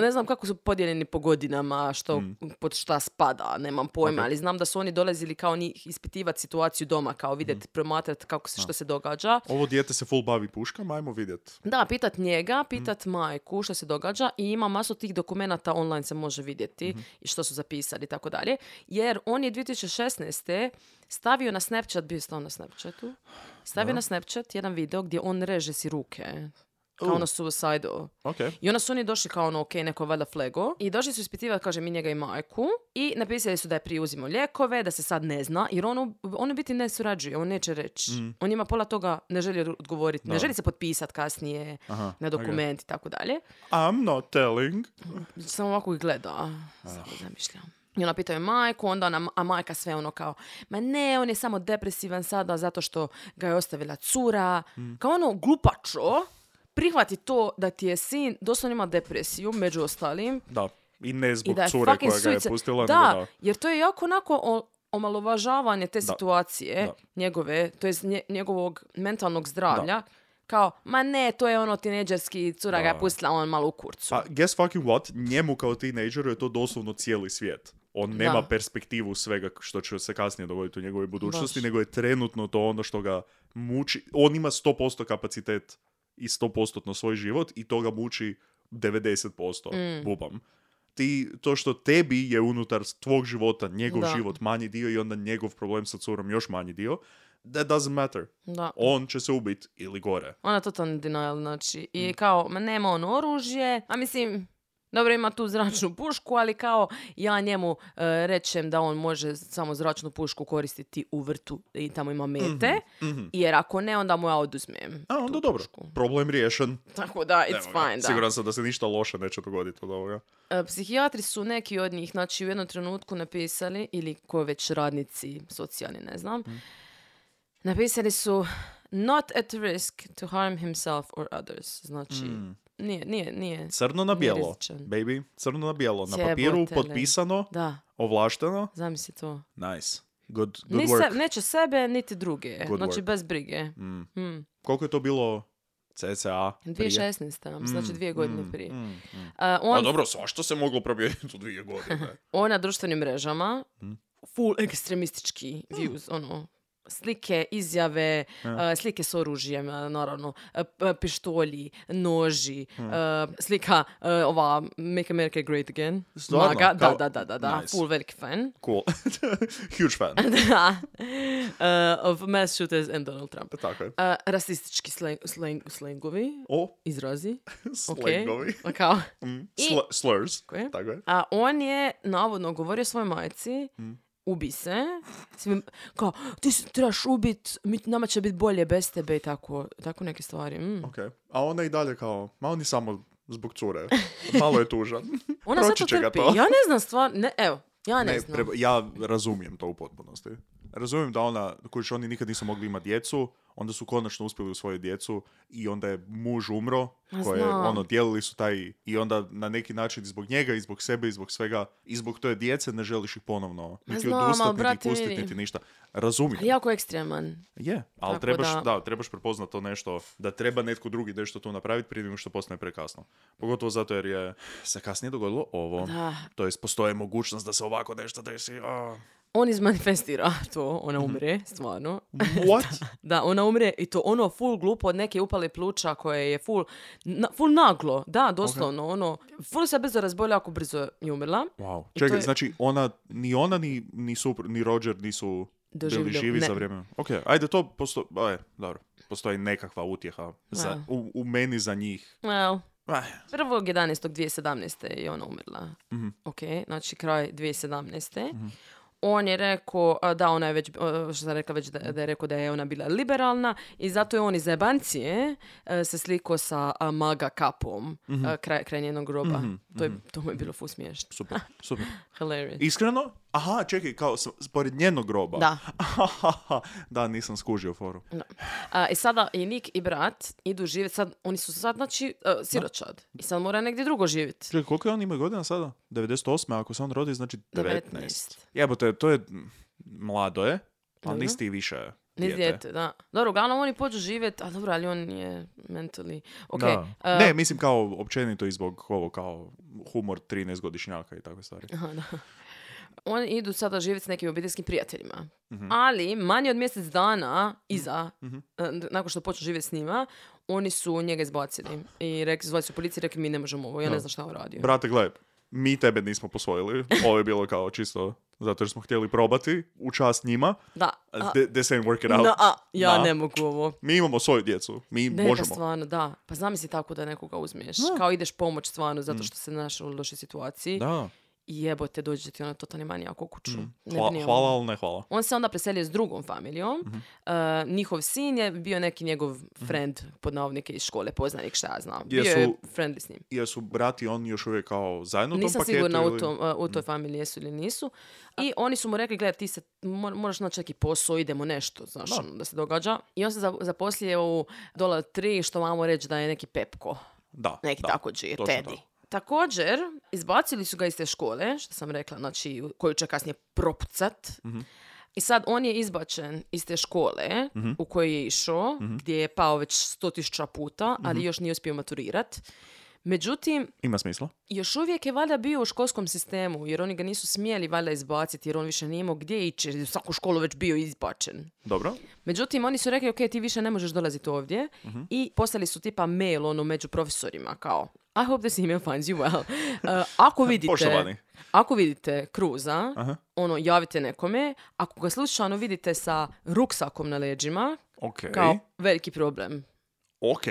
Speaker 5: Ne znam kako su podijeljeni po godinama, što pod šta spada, nemam pojma,
Speaker 4: Mm. Ok.
Speaker 5: ali znam da su oni dolazili kao njih ispitivati situaciju doma, kao
Speaker 4: Mhm.
Speaker 5: vidjeti, promatrati kako se, što se događa.
Speaker 4: Ovo dijete se full bavi puškama, ajmo vidjet.
Speaker 5: Da, pitat njega,
Speaker 4: Mhm.
Speaker 5: pitat majku što se događa i ima masu tih dokumenata online se može vidjeti
Speaker 4: Mhm.
Speaker 5: i što su zapisali i tako dalje. Jer on je 2016. stavio na Snapchat, bio je stalno na Snapchatu, stavio na Snapchat jedan video gdje on reže si ruke. Kao
Speaker 4: U.
Speaker 5: ono suicidal.
Speaker 4: Ok.
Speaker 5: I onda su oni došli kao ono, ok, neko je valjda flego. I došli su ispitivati, kaže, mi njega i majku. I napisali su da je prije uzimao lijekove, da se sad ne zna. Jer on, u- on u biti ne surađuje, on neće reći. On ima pola toga, ne želi odgovoriti, ne
Speaker 4: Mm. Da.
Speaker 5: želi se potpisati kasnije
Speaker 4: Aha,
Speaker 5: na dokument i tako dalje.
Speaker 4: I'm not telling.
Speaker 5: Samo ovako ih gleda.
Speaker 4: Ah.
Speaker 5: Samo zamišljam. I ona pitaju majku, onda ona, a majka sve ono kao, ma ne, on je samo depresivan sada zato što ga je ostavila cura.
Speaker 4: Mm.
Speaker 5: Kao ono, glupačo, prihvati to da ti je sin doslovno ima depresiju, među ostalim,
Speaker 4: Da. I ne zbog
Speaker 5: i da je
Speaker 4: cure
Speaker 5: fucking
Speaker 4: koja ga je
Speaker 5: suicid-
Speaker 4: pustila,
Speaker 5: da,
Speaker 4: nego da.
Speaker 5: jer to je jako onako o- omalovažavanje te situacije
Speaker 4: Da.
Speaker 5: njegove, to jest nje- njegovog mentalnog zdravlja. Kao, ma ne, to je ono tineđerski, cura ga je
Speaker 4: Da.
Speaker 5: pustila on malo u kurcu.
Speaker 4: Pa, guess fucking what, njemu kao tinejdžeru je to doslovno cijeli svijet. On nema
Speaker 5: Da.
Speaker 4: perspektivu svega što će se kasnije dogoditi u njegovoj budućnosti,
Speaker 5: Baš.
Speaker 4: nego je trenutno to ono što ga muči. On ima 100% kapacitet i 100% svoj život i to ga muči
Speaker 5: Mm.
Speaker 4: 90%, bubam. Ti, to što tebi je unutar tvog života njegov
Speaker 5: Da.
Speaker 4: život manji dio i onda njegov problem sa curom još manji dio, that doesn't matter.
Speaker 5: da.
Speaker 4: On će se ubit ili gore.
Speaker 5: Ona totalni denial, znači.
Speaker 4: Mm.
Speaker 5: I kao, ma nema on oružje, a mislim, dobro ima tu zračnu pušku, ali kao ja njemu e, rečem da on može samo zračnu pušku koristiti u vrtu i tamo ima mete, jer ako ne, onda mu ja oduzmem.
Speaker 4: Mhm. A onda dobro,
Speaker 5: pušku.
Speaker 4: problem riješen.
Speaker 5: Tako da, it's
Speaker 4: Evo ga,
Speaker 5: fine, da.
Speaker 4: Siguran sam da se ništa loše neće dogoditi od ovoga.
Speaker 5: E, Psihijatri su neki od njih, znači u jednom trenutku napisali, ili ko već radnici, socijalni, ne znam,
Speaker 4: Mhm.
Speaker 5: napisali su not at risk to harm himself or others. Znači,
Speaker 4: Mm.
Speaker 5: nije, nije, nije.
Speaker 4: Crno na
Speaker 5: Nije
Speaker 4: bijelo,
Speaker 5: rizičan.
Speaker 4: baby. Crno na bijelo. Na
Speaker 5: Jebote,
Speaker 4: papiru,
Speaker 5: ne.
Speaker 4: potpisano,
Speaker 5: Da,
Speaker 4: ovlašteno.
Speaker 5: zamisli to.
Speaker 4: Nice. Good, good
Speaker 5: Ni
Speaker 4: work.
Speaker 5: se- neće sebe, niti druge.
Speaker 4: Good
Speaker 5: znači,
Speaker 4: work.
Speaker 5: bez brige. Mm.
Speaker 4: Koliko je to bilo CCA prije?
Speaker 5: 2016. nam, znači dvije godine prije.
Speaker 4: Mm, mm.
Speaker 5: A, on
Speaker 4: A dobro, svašta se moglo probijeniti u dvije godine.
Speaker 5: on na društvenim mrežama
Speaker 4: Mm.
Speaker 5: full ekstremistički views, ono slike, izjave,
Speaker 4: Ja.
Speaker 5: eh, slike s oružjem, eh, naravno, eh, p- pištolji, noži,
Speaker 4: Mm.
Speaker 5: eh, slika eh, ova Make America Great Again,
Speaker 4: Stvarno?
Speaker 5: maga, da,
Speaker 4: Kao-
Speaker 5: da, da, da, da,
Speaker 4: Nice.
Speaker 5: full veliki fan,
Speaker 4: *laughs*
Speaker 5: *laughs*
Speaker 4: Cool. *laughs* Huge fan.
Speaker 5: da, Eh, of mass shooters and Donald Trump.
Speaker 4: E, Tako je.
Speaker 5: Eh, rasistički slang, slang, slangovi,
Speaker 4: O, *laughs*
Speaker 5: izrazi, ok,
Speaker 4: slangovi.
Speaker 5: kao,
Speaker 4: Mm,
Speaker 5: I-
Speaker 4: sl- slurs.
Speaker 5: Tako je.
Speaker 4: Tako je.
Speaker 5: A on je navodno govorio svojoj majci,
Speaker 4: Mm.
Speaker 5: ubi se, svim, kao, ti se trebaš ubit, mi, nama će biti bolje bez tebe i tako, tako neke stvari. mm.
Speaker 4: Ok. A ona i dalje kao, ma on je
Speaker 5: *laughs*
Speaker 4: samo zbog cure. Malo je tužan.
Speaker 5: Ona sad
Speaker 4: Proći
Speaker 5: to
Speaker 4: će Pa ga
Speaker 5: trpi.
Speaker 4: to.
Speaker 5: Ja ne znam stvar, ne, evo, Ja ne,
Speaker 4: Ne,
Speaker 5: znam.
Speaker 4: treba- ja razumijem to u potpunosti. Razumijem da ona, kojiš oni nikad nisu mogli imati djecu, onda su konačno uspjeli u svoju djecu i onda je muž umro,
Speaker 5: Ma
Speaker 4: koje,
Speaker 5: znam.
Speaker 4: ono, dijelili su taj, i onda na neki način i zbog njega, i zog sebe, i zbog svega, i zbog toje djece ne želiš ih ponovno niti
Speaker 5: znam, ali
Speaker 4: odustati, niti
Speaker 5: brate,
Speaker 4: pustiti,
Speaker 5: vidi.
Speaker 4: niti ništa. Razumijem.
Speaker 5: Ali jako ekstreman.
Speaker 4: Je, ali
Speaker 5: Tako
Speaker 4: trebaš, da.
Speaker 5: da-
Speaker 4: trebaš prepoznat to nešto, da treba netko drugi nešto tu napraviti prije nego što postane prekasno. Pogotovo zato jer je se kasnije dogodilo ovo.
Speaker 5: Da.
Speaker 4: To jest, postoje mogućnost da se ovako nešto desi. a.
Speaker 5: *laughs* On izmanifestira to, ona
Speaker 4: Mhm.
Speaker 5: umre, stvarno.
Speaker 4: What?
Speaker 5: Da, ona umre i to ono full glupo od neke upale pluća koje je full, na, full naglo, da, doslovno, ono, full se brzo razbolja ako brzo je umrla.
Speaker 4: Wow.
Speaker 5: I to
Speaker 4: Čekaj,
Speaker 5: je-
Speaker 4: znači ona, ni ona, ni, ni, supr- ni Roger nisu bili
Speaker 5: Doživljeli-
Speaker 4: živi
Speaker 5: ne.
Speaker 4: za vrijeme. Ok, ajde, to posto... aj, dobro. Postoji nekakva utjeha za,
Speaker 5: Da.
Speaker 4: u, u meni za njih.
Speaker 5: Well,
Speaker 4: Ah,
Speaker 5: 1.11.2017. je ona umrla. Ok, znači kraj 2017. On je rekao, a, da ona je već, a, što sam rekla već, da, da je rekao da je ona bila liberalna i zato je on iz Ebancije e, se slikao sa a, maga kapom a, kraj, kraj njenog groba. To, je, to mu je bilo ful smiješno.
Speaker 4: super, super.
Speaker 5: Hilarious.
Speaker 4: Iskreno? Aha, čekaj, kao s- pored njenog groba.
Speaker 5: Da.
Speaker 4: *laughs* da, nisam skužio foru.
Speaker 5: Mm. A, I sada i Nik i brat idu živjeti, sad, oni su sad, znači, e, siročad. I sad mora negdje drugo živjeti.
Speaker 4: Čekaj, koliko je on ima godina sada? 98. Ako se on rodi, znači 19.
Speaker 5: 19.
Speaker 4: Jebote, to je... m, Mlado je, ali
Speaker 5: Dobro.
Speaker 4: nisi ti više
Speaker 5: Ne
Speaker 4: dijete.
Speaker 5: dijete, da. Dobro, uglavnom oni pođu živjeti, a dobro, ali on je mentally... Ok,
Speaker 4: Da.
Speaker 5: e,
Speaker 4: ne, mislim kao općenito i zbog ovo kao humor 13-godišnjaka i takve stvari.
Speaker 5: aha, da. Oni idu sada živjeti s nekim obiteljskim prijateljima.
Speaker 4: Mhm.
Speaker 5: Ali manje od mjesec dana iza, e, nakon što počnu živjeti s njima, oni su njega izbacili. I rekli, zvali su policiju i rekli mi ne možemo ovo, ja ne znam šta je on radio.
Speaker 4: Brate, gle, mi tebe nismo
Speaker 5: *laughs*
Speaker 4: posvojili. Ovo je bilo kao čisto zato jer smo htjeli probati u čast njima.
Speaker 5: Da, a,
Speaker 4: Th- This ain't working out.
Speaker 5: na, a, ja
Speaker 4: Da.
Speaker 5: ne mogu ovo.
Speaker 4: Mi imamo svoju djecu. Mi
Speaker 5: Ne, pa
Speaker 4: možemo.
Speaker 5: stvarno, da. Pa zamisli tako da nekoga uzmiješ. Kao ideš pomoć stvarno zato što se našao u lošoj situaciji.
Speaker 4: Mm. Da. Mm.
Speaker 5: I jebote, dođe ti ono totalni manijak u kuću. Ne
Speaker 4: Hva-
Speaker 5: brini o
Speaker 4: hvala, Mhm.
Speaker 5: mom.
Speaker 4: ali ne hvala.
Speaker 5: On se onda preselio s drugom familijom. E, njihov sin je bio neki njegov
Speaker 4: Mhm.
Speaker 5: friend, pod navodnike iz škole, poznanik šta ja znam. Bio je
Speaker 4: Jesu-
Speaker 5: friendly s njim.
Speaker 4: Jesu brati on još uvijek kao zajedno u tom
Speaker 5: Nisam
Speaker 4: paketu?
Speaker 5: sigurna u,
Speaker 4: ili- Mm.
Speaker 5: tom, e, u toj familiji jesu ili nisu. I oni su mu rekli, gledaj, ti se mor- moraš naći neki posao, idemo nešto, znaš, ono, da se događa. I on se za- zaposlio u dolar 3, što vamo reći da je neki pepko
Speaker 4: Da,
Speaker 5: neki
Speaker 4: da,
Speaker 5: tako džir,
Speaker 4: točno
Speaker 5: Teddy.
Speaker 4: tako.
Speaker 5: Također, izbacili su ga iz te škole, što sam rekla, znači, koju će kasnije propucat.
Speaker 4: Mhm.
Speaker 5: I sad on je izbačen iz te škole
Speaker 4: Mhm.
Speaker 5: u kojoj je išao, gdje je pao već 100.000 puta,
Speaker 4: Mhm.
Speaker 5: ali još nije uspio maturirat. Međutim,
Speaker 4: Ima smisla.
Speaker 5: još uvijek je valjda bio u školskom sistemu, jer oni ga nisu smjeli valjda izbaciti, jer on više nije imao gdje ići, jer je u svaku školu već bio izbačen.
Speaker 4: Dobro.
Speaker 5: Međutim, oni su rekli, ok, ti više ne možeš dolaziti ovdje
Speaker 4: Mhm.
Speaker 5: i poslali su tipa mail ono među profesorima kao I hope this email finds you
Speaker 4: *laughs*
Speaker 5: well. Uh, ako
Speaker 4: Poštovani.
Speaker 5: vidite, ako vidite kruza,
Speaker 4: Aha.
Speaker 5: ono, javite nekome. Ako ga slučajno vidite sa ruksakom na leđima,
Speaker 4: Ok.
Speaker 5: kao veliki problem.
Speaker 4: Ok.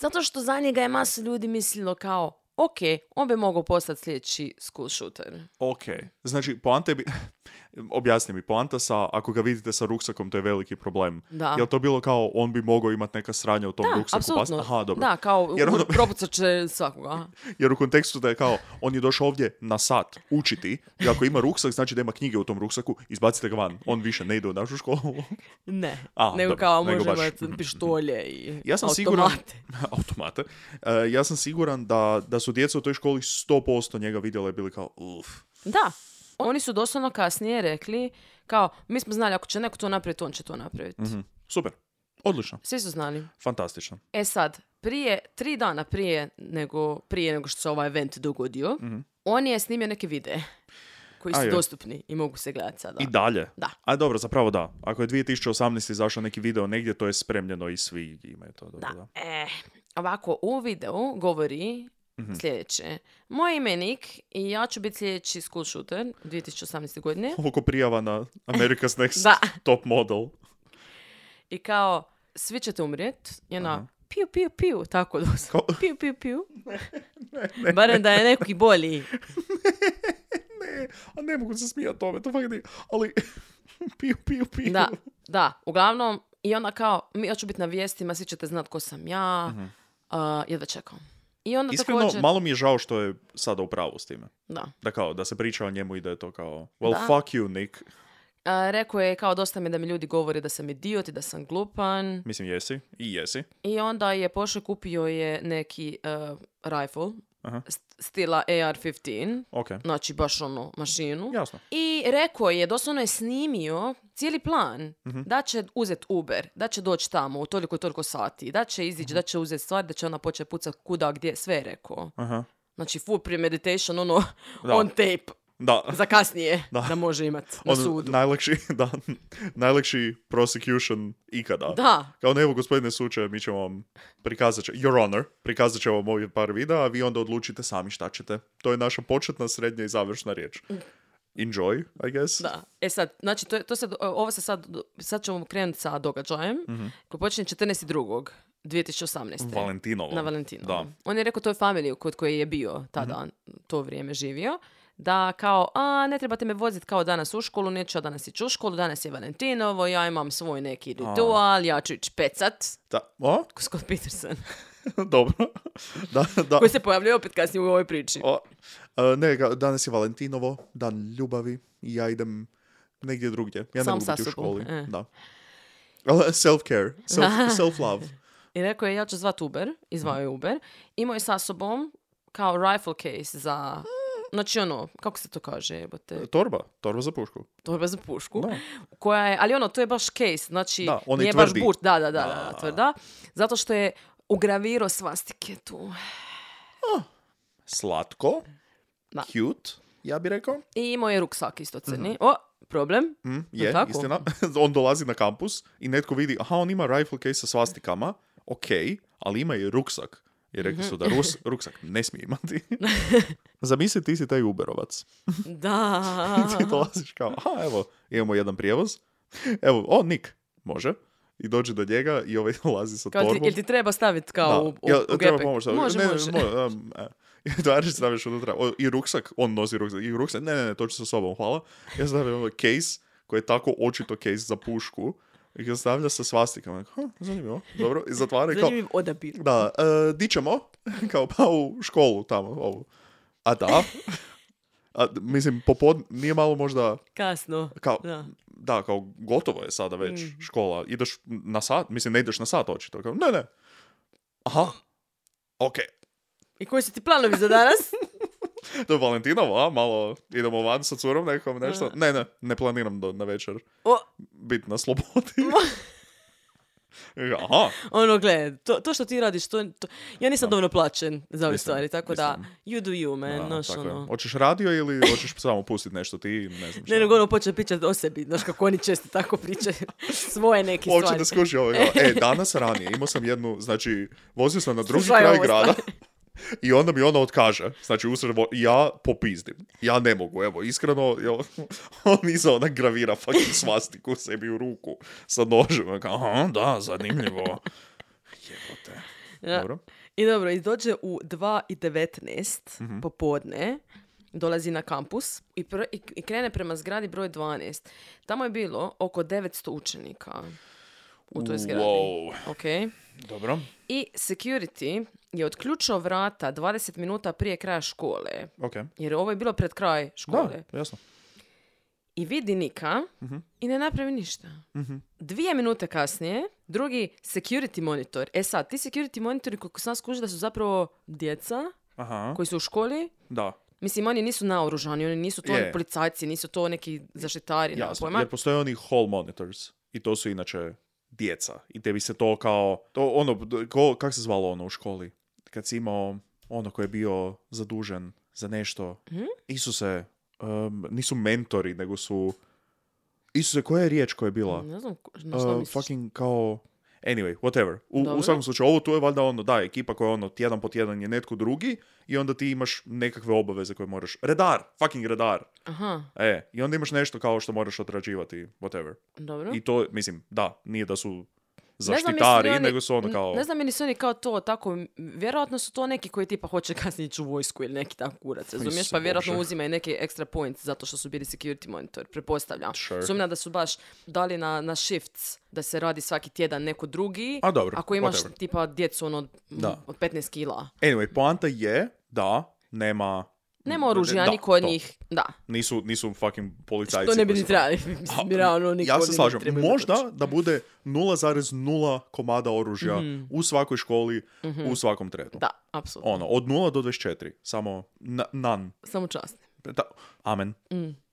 Speaker 5: Zato što za njega je masu ljudi mislilo kao, ok, on bi mogao postati sljedeći school shooter.
Speaker 4: Ok. Znači, poanta je... bi- *laughs* Objasni mi, poanta sa, ako ga vidite sa ruksakom, to je veliki problem.
Speaker 5: Da.
Speaker 4: Jel to bilo kao, on bi mogao imati neka sranja u tom
Speaker 5: Da,
Speaker 4: ruksaku? pa-
Speaker 5: apsolutno.
Speaker 4: Aha, dobro.
Speaker 5: Da, kao,
Speaker 4: Jer ono-
Speaker 5: propucat će svakoga.
Speaker 4: Jer u kontekstu da je kao, on je došao ovdje na sat učiti i ako ima ruksak, znači da ima knjige u tom ruksaku, izbacite ga van. On više ne ide u našu školu. *laughs*
Speaker 5: Ne,
Speaker 4: A,
Speaker 5: nego
Speaker 4: dobro,
Speaker 5: kao
Speaker 4: nego
Speaker 5: može
Speaker 4: baš, *laughs*
Speaker 5: imati pištolje i
Speaker 4: Ja sam siguran...
Speaker 5: automate.
Speaker 4: *laughs* Automate. E, ja sam siguran da, da su djeca u toj školi 100% njega vidjela i bili kao, uff.
Speaker 5: Da, oni su doslovno kasnije rekli kao, mi smo znali ako će neko to napraviti, on će to napraviti.
Speaker 4: Mhm. Super. Odlično.
Speaker 5: Svi su znali.
Speaker 4: Fantastično.
Speaker 5: E sad, prije, tri dana prije nego, prije nego što se ovaj event dogodio,
Speaker 4: Mhm.
Speaker 5: on je snimio neke videe koji su
Speaker 4: A je.
Speaker 5: dostupni i mogu se gledati sada.
Speaker 4: I dalje.
Speaker 5: Da.
Speaker 4: A dobro, zapravo da. Ako je 2018. izašao neki video negdje, to je spremljeno i svi imaju to. Dobro, da.
Speaker 5: E, ovako, u videu govori
Speaker 4: Mhm.
Speaker 5: sljedeće. Moj ime je Nik i ja ću biti sljedeći school shooter 2018. godine.
Speaker 4: Ovo ko prijava na
Speaker 5: *laughs*
Speaker 4: America's Next
Speaker 5: Da.
Speaker 4: Top Model.
Speaker 5: I kao, svi ćete umrijet. I ona, piju, piju, piju, tako *laughs* dosta.
Speaker 4: Kao-
Speaker 5: Piju, piju,
Speaker 4: *laughs*
Speaker 5: piju. Barem da je neki bolji.
Speaker 4: A ne mogu se smijati tome, to fakt nije. Ali, *laughs* piju, piju, piju.
Speaker 5: Da, da. Uglavnom, i onda kao, mi, ja ću biti na vijestima, svi ćete znat ko sam ja. Uh, jedva čekam. I onda
Speaker 4: Iskreno,
Speaker 5: također...
Speaker 4: malo mi je žao što je sada u pravu s time.
Speaker 5: Da.
Speaker 4: Da kao, da se priča o njemu i da je to kao, well,
Speaker 5: Da.
Speaker 4: fuck you, Nick.
Speaker 5: A, rekao je kao dosta mi je da mi ljudi govore da sam idiot i da sam glupan.
Speaker 4: Mislim, jesi. I jesi.
Speaker 5: I onda je pošao i kupio je neki eh, rifle
Speaker 4: Aha.
Speaker 5: st- stila AR-15.
Speaker 4: Ok.
Speaker 5: Znači baš ono mašinu.
Speaker 4: Jasno.
Speaker 5: I rekao je, doslovno je snimio cijeli plan
Speaker 4: Mhm.
Speaker 5: da će uzet Uber, da će doći tamo u toliko i toliko sati, da će izići,
Speaker 4: Mhm.
Speaker 5: da će uzeti stvari, da će ona početi pucati kuda gdje, sve je rekao.
Speaker 4: Aha.
Speaker 5: Znači full premeditation, ono
Speaker 4: Da.
Speaker 5: on tape
Speaker 4: Da.
Speaker 5: za kasnije da,
Speaker 4: *laughs* Da.
Speaker 5: može imat na
Speaker 4: Ono,
Speaker 5: sudu.
Speaker 4: Najlakši, *laughs* da, najlakši prosecution ikada.
Speaker 5: Da,
Speaker 4: Kao ne, evo gospodine suče, mi ćemo vam prikazat će, your honor, prikazat ćemo vam ovdje par videa, a vi onda odlučite sami šta ćete. To je naša početna, srednja i završna riječ. Enjoy, I guess.
Speaker 5: Mm. da. E sad, znači to, je- to sad, ovo se sad, sad ćemo krenuti sa događajem
Speaker 4: Mhm.
Speaker 5: koji počinje 14.2.2018.
Speaker 4: Valentinovo.
Speaker 5: Na Valentinu.
Speaker 4: Da. Mhm.
Speaker 5: On je rekao toj familiji kod koje je bio tada to vrijeme živio, da kao, a ne trebate me voziti kao danas u školu, neću ja danas ići u školu, danas je Valentinovo, ja imam svoj neki ritual, ja ću ići pecat,
Speaker 4: Da. O? *laughs*
Speaker 5: ko Scott Peterson, *laughs*
Speaker 4: Dobro. da, da.
Speaker 5: koji se pojavljuje opet kasnije u ovoj priči.
Speaker 4: O, e, ne, ga- danas je Valentinovo, dan ljubavi i ja idem negdje drugdje. Ja
Speaker 5: Sam
Speaker 4: ne
Speaker 5: sa
Speaker 4: mogu biti u
Speaker 5: sobom,
Speaker 4: školi.
Speaker 5: e.
Speaker 4: Da. Ali, Self-care,
Speaker 5: *laughs*
Speaker 4: self, self-love.
Speaker 5: I rekao je, ja ću zvat Uber, i zvao
Speaker 4: Mhm.
Speaker 5: je Uber, imao je sa sobom kao rifle case
Speaker 4: Mm.
Speaker 5: za... Znači ono, kako se to kaže, jebote,
Speaker 4: Torba, torba za pušku.
Speaker 5: torba za pušku,
Speaker 4: Da.
Speaker 5: koja je, ali ono, to je baš case, znači
Speaker 4: Da, onaj
Speaker 5: nije
Speaker 4: tvrdi.
Speaker 5: baš burt, da, da, da, da,
Speaker 4: Da.
Speaker 5: tvrda, zato što je ugravirao svastike tu.
Speaker 4: Slatko,
Speaker 5: Da.
Speaker 4: cute, ja bih rekao.
Speaker 5: I imao je ruksak isto crni.
Speaker 4: Mhm.
Speaker 5: O, problem.
Speaker 4: Mm,
Speaker 5: Jel
Speaker 4: je,
Speaker 5: tako?
Speaker 4: istina. *laughs* on dolazi na kampus i netko vidi, aha, on ima rifle case sa svastikama, ok, ali ima i ruksak. I rekli su
Speaker 5: Mhm.
Speaker 4: da rus, ruksak ne smije
Speaker 5: *laughs*
Speaker 4: imati. Zamisli, ti si taj Uberovac.
Speaker 5: Da.
Speaker 4: I *laughs* ti dolaziš kao, aha, evo, imamo jedan prijevoz. Evo, o, Nik, može. I dođe do njega i ovaj *laughs* dolazi sa
Speaker 5: Kao ti,
Speaker 4: torbom.
Speaker 5: jel ti treba staviti kao u, u,
Speaker 4: Jel,
Speaker 5: u
Speaker 4: treba
Speaker 5: gepek?
Speaker 4: pomoć, da?
Speaker 5: Može,
Speaker 4: ne,
Speaker 5: može.
Speaker 4: Ne, mo- um, e. I otvaraš i staviš unutra. O, I ruksak, on nosi ruksak. I ruksak, ne, ne, ne, to ću sa sobom, hvala. Ja stavljam ovaj case, koji je tako očito case za pušku. I ga stavlja sa svastikama. Huh, zanimljivo, dobro. I zatvara i kao,
Speaker 5: Zanimljiv odabir.
Speaker 4: da, e, di ćemo? *laughs* Kao pa u školu tamo, ovu. A
Speaker 5: *laughs*
Speaker 4: da, a, mislim, popod, nije malo možda
Speaker 5: Kasno.
Speaker 4: kao,
Speaker 5: Da.
Speaker 4: da. kao gotovo je sada već škola, ideš na sat, mislim ne ideš na sat očito, kao ne, ne, aha, ok,
Speaker 5: I koji su ti planovi za
Speaker 4: *laughs*
Speaker 5: danas?
Speaker 4: to je Valentinovo, a malo idemo van sa curom nekom, nešto, ne, ne, ne planiram do, na večer
Speaker 5: O,
Speaker 4: biti na slobodi. aha,
Speaker 5: ono, gle, to, to što ti radiš, to, to- ja nisam dovoljno plaćen za ove
Speaker 4: Nisam,
Speaker 5: stvari, tako da, you do you, man,
Speaker 4: da,
Speaker 5: znaš,
Speaker 4: tako je.
Speaker 5: ono.
Speaker 4: Hoćeš radio ili hoćeš samo pustiti nešto ti, ne znam
Speaker 5: Ne, nego ono počne pričati o sebi, znaš kako oni često tako pričaju
Speaker 4: *laughs*
Speaker 5: svoje neke
Speaker 4: Uopće
Speaker 5: stvari.
Speaker 4: ne skuži ovo. ja. E, danas ranije imao sam jednu, znači, vozio sam na drugi
Speaker 5: Slušaj
Speaker 4: kraj
Speaker 5: ovo,
Speaker 4: grada i onda mi ona otkaže. Znači, usred, vo- ja popizdim. Ja ne mogu, evo, iskreno, ja, *laughs* on iza ona gravira fucking svastiku sebi u ruku sa nožem. Ja kao, Aha, da, zanimljivo. Jebote.
Speaker 5: Da.
Speaker 4: Dobro.
Speaker 5: I dobro, i dođe u 2.19
Speaker 4: Mhm.
Speaker 5: popodne, dolazi na kampus i, pr- i, i krene prema zgradi broj 12. Tamo je bilo oko 900 učenika u toj zgradi.
Speaker 4: Wow.
Speaker 5: Ok.
Speaker 4: Dobro.
Speaker 5: I security je otključao vrata 20 minuta prije kraja škole,
Speaker 4: Ok.
Speaker 5: jer ovo je bilo pred kraj škole.
Speaker 4: Da, jasno.
Speaker 5: I vidi Nika
Speaker 4: Mhm.
Speaker 5: i ne napravi ništa. Dvije minute kasnije, drugi security monitor. E sad, ti security monitori, koliko sam skuži da su zapravo djeca,
Speaker 4: Aha,
Speaker 5: koji su u školi,
Speaker 4: da.
Speaker 5: mislim, oni nisu naoružani, oni nisu to
Speaker 4: Je.
Speaker 5: oni policajci, nisu to neki zaštitari, nema
Speaker 4: Jasno,
Speaker 5: pojma.
Speaker 4: jer postoje oni hall monitors i to su inače djeca i tebi se to kao, to ono, d- ko, kak se zvalo ono u školi? Kad si imao ono koji je bio zadužen za nešto,
Speaker 5: Mhm.
Speaker 4: Isuse, em, nisu mentori, nego su, Isuse, koja je riječ koja je bila?
Speaker 5: Ne znam, ko- na što
Speaker 4: Eh,
Speaker 5: misliš?
Speaker 4: fucking kao, anyway, whatever. U,
Speaker 5: Dobro.
Speaker 4: u svakom slučaju, ovo tu je valjda ono, da, ekipa koja je ono, tjedan po tjedan je netko drugi i onda ti imaš nekakve obaveze koje moraš, redar, fucking redar.
Speaker 5: Aha,
Speaker 4: E, i onda imaš nešto kao što moraš odrađivati, whatever.
Speaker 5: dobro.
Speaker 4: I to, mislim, da, nije da su zaštitari,
Speaker 5: jesu li oni-
Speaker 4: nego su ono kao...
Speaker 5: Ne znam je li su oni kao to tako, vjerojatno su to neki koji tipa hoće kasnije ići u vojsku ili neki tako kurac, razumiješ? Pa
Speaker 4: Isuse
Speaker 5: vjerojatno
Speaker 4: Bože.
Speaker 5: uzimaju neki extra point zato što su bili security monitor, prepostavljam.
Speaker 4: Sure.
Speaker 5: Sumnjam da su baš dali na, na shifts da se radi svaki tjedan neko drugi.
Speaker 4: A dobro,
Speaker 5: Ako imaš
Speaker 4: whatever.
Speaker 5: tipa djecu ono, od-
Speaker 4: Da.
Speaker 5: od 15 kila.
Speaker 4: Anyway, poanta je da nema...
Speaker 5: Nema oružja
Speaker 4: Da,
Speaker 5: niko od
Speaker 4: to.
Speaker 5: njih. Da.
Speaker 4: Nisu, nisu fucking policajci.
Speaker 5: To ne bi
Speaker 4: koji
Speaker 5: ni
Speaker 4: su-
Speaker 5: trebali.
Speaker 4: A,
Speaker 5: Mislim, realno, niko
Speaker 4: ja
Speaker 5: ni
Speaker 4: se
Speaker 5: ne
Speaker 4: slažem.
Speaker 5: treba imati
Speaker 4: Možda da bude 0,0 komada oružja u svakoj školi, u svakom tretu.
Speaker 5: Mhm. Da, apsolutno.
Speaker 4: Ono, od 0 do 24. Samo na, nan.
Speaker 5: Samo čast.
Speaker 4: Da, amen.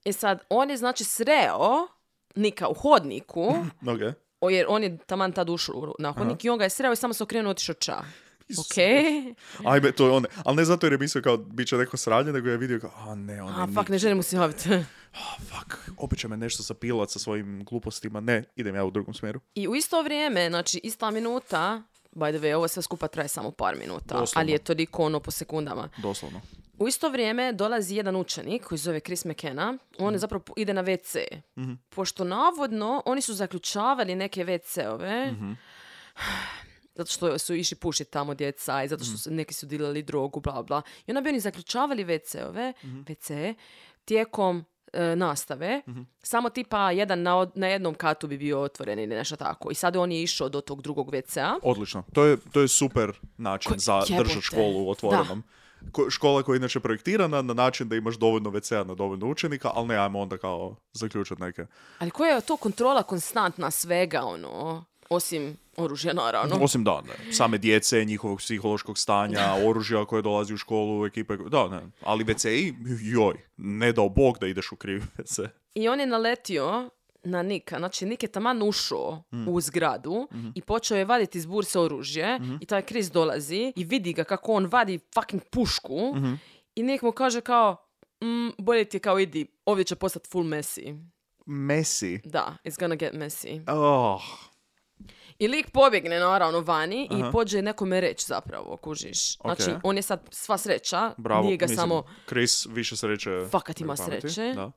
Speaker 5: E sad, on je znači sreo Nika u hodniku,
Speaker 4: Okay.
Speaker 5: o, jer on je taman tad ušao u- na hodnik i on ga je sreo i samo se okrenuo i otišao ča.
Speaker 4: Isuse.
Speaker 5: Ok.
Speaker 4: Ajme, to je on. Ali ne zato jer je mislio kao bit će neko sranje, nego je vidio kao, a ne, on
Speaker 5: A,
Speaker 4: je
Speaker 5: fuck, ne želim mu se javiti.
Speaker 4: "A, fuck, opet će me nešto zapilat sa svojim glupostima. Ne, idem ja u drugom smjeru.
Speaker 5: I u isto vrijeme, znači ista minuta, by the way, ovo sve skupa traje samo par minuta,
Speaker 4: Doslovno.
Speaker 5: ali je toliko ono po sekundama.
Speaker 4: Doslovno.
Speaker 5: U isto vrijeme dolazi jedan učenik koji se zove Chris McKenna. On zapravo pu- ide na WC. Pošto navodno oni su zaključavali neke WC-ove *sighs* zato što su išli pušiti tamo djeca i zato što su, neki su dilali drogu, bla, bla. I onda bi oni zaključavali WC-ove, WC, tijekom e, nastave. Samo tipa jedan na, od- na jednom katu bi bio otvoren ili nešto tako. I sad on je išao do tog drugog WC-a.
Speaker 4: Odlično. To je, to je super način
Speaker 5: Ko-
Speaker 4: za
Speaker 5: jebote.
Speaker 4: držati školu otvorenom. Ko- škola koja je inače projektirana na način da imaš dovoljno WC-a na dovoljno učenika, ali ne, ajmo onda kao zaključati neke.
Speaker 5: Ali koja je to kontrola konstantna svega, ono, osim oružja, naravno.
Speaker 4: Osim da, ne, same djece, njihovog psihološkog stanja, oružja koje dolazi u školu, ekipe, da, ne. Ali WC-i, joj, ne dao bog da ideš u kriv *laughs* WC.
Speaker 5: I on je naletio na Nika. Znači, Nik je taman ušao
Speaker 4: Mm.
Speaker 5: u zgradu
Speaker 4: Mhm.
Speaker 5: i počeo je vaditi iz burse oružje i taj Chris dolazi i vidi ga kako on vadi fucking pušku
Speaker 4: Mhm.
Speaker 5: i Nik mu kaže kao "Mm, bolje ti je kao idi, ovdje će postati full messy.
Speaker 4: Messi.
Speaker 5: Da, it's gonna get messy.
Speaker 4: Oh,
Speaker 5: I lik pobjegne naravno vani
Speaker 4: Aha.
Speaker 5: i pođe nekome reći zapravo, kužiš. Znači,
Speaker 4: Ok.
Speaker 5: on je sad sva sreća,
Speaker 4: bravo.
Speaker 5: nije ga
Speaker 4: mislim,
Speaker 5: samo *laughs*
Speaker 4: Chris više sreće.
Speaker 5: Fakat ima
Speaker 4: nego pameti,
Speaker 5: sreće.
Speaker 4: Da.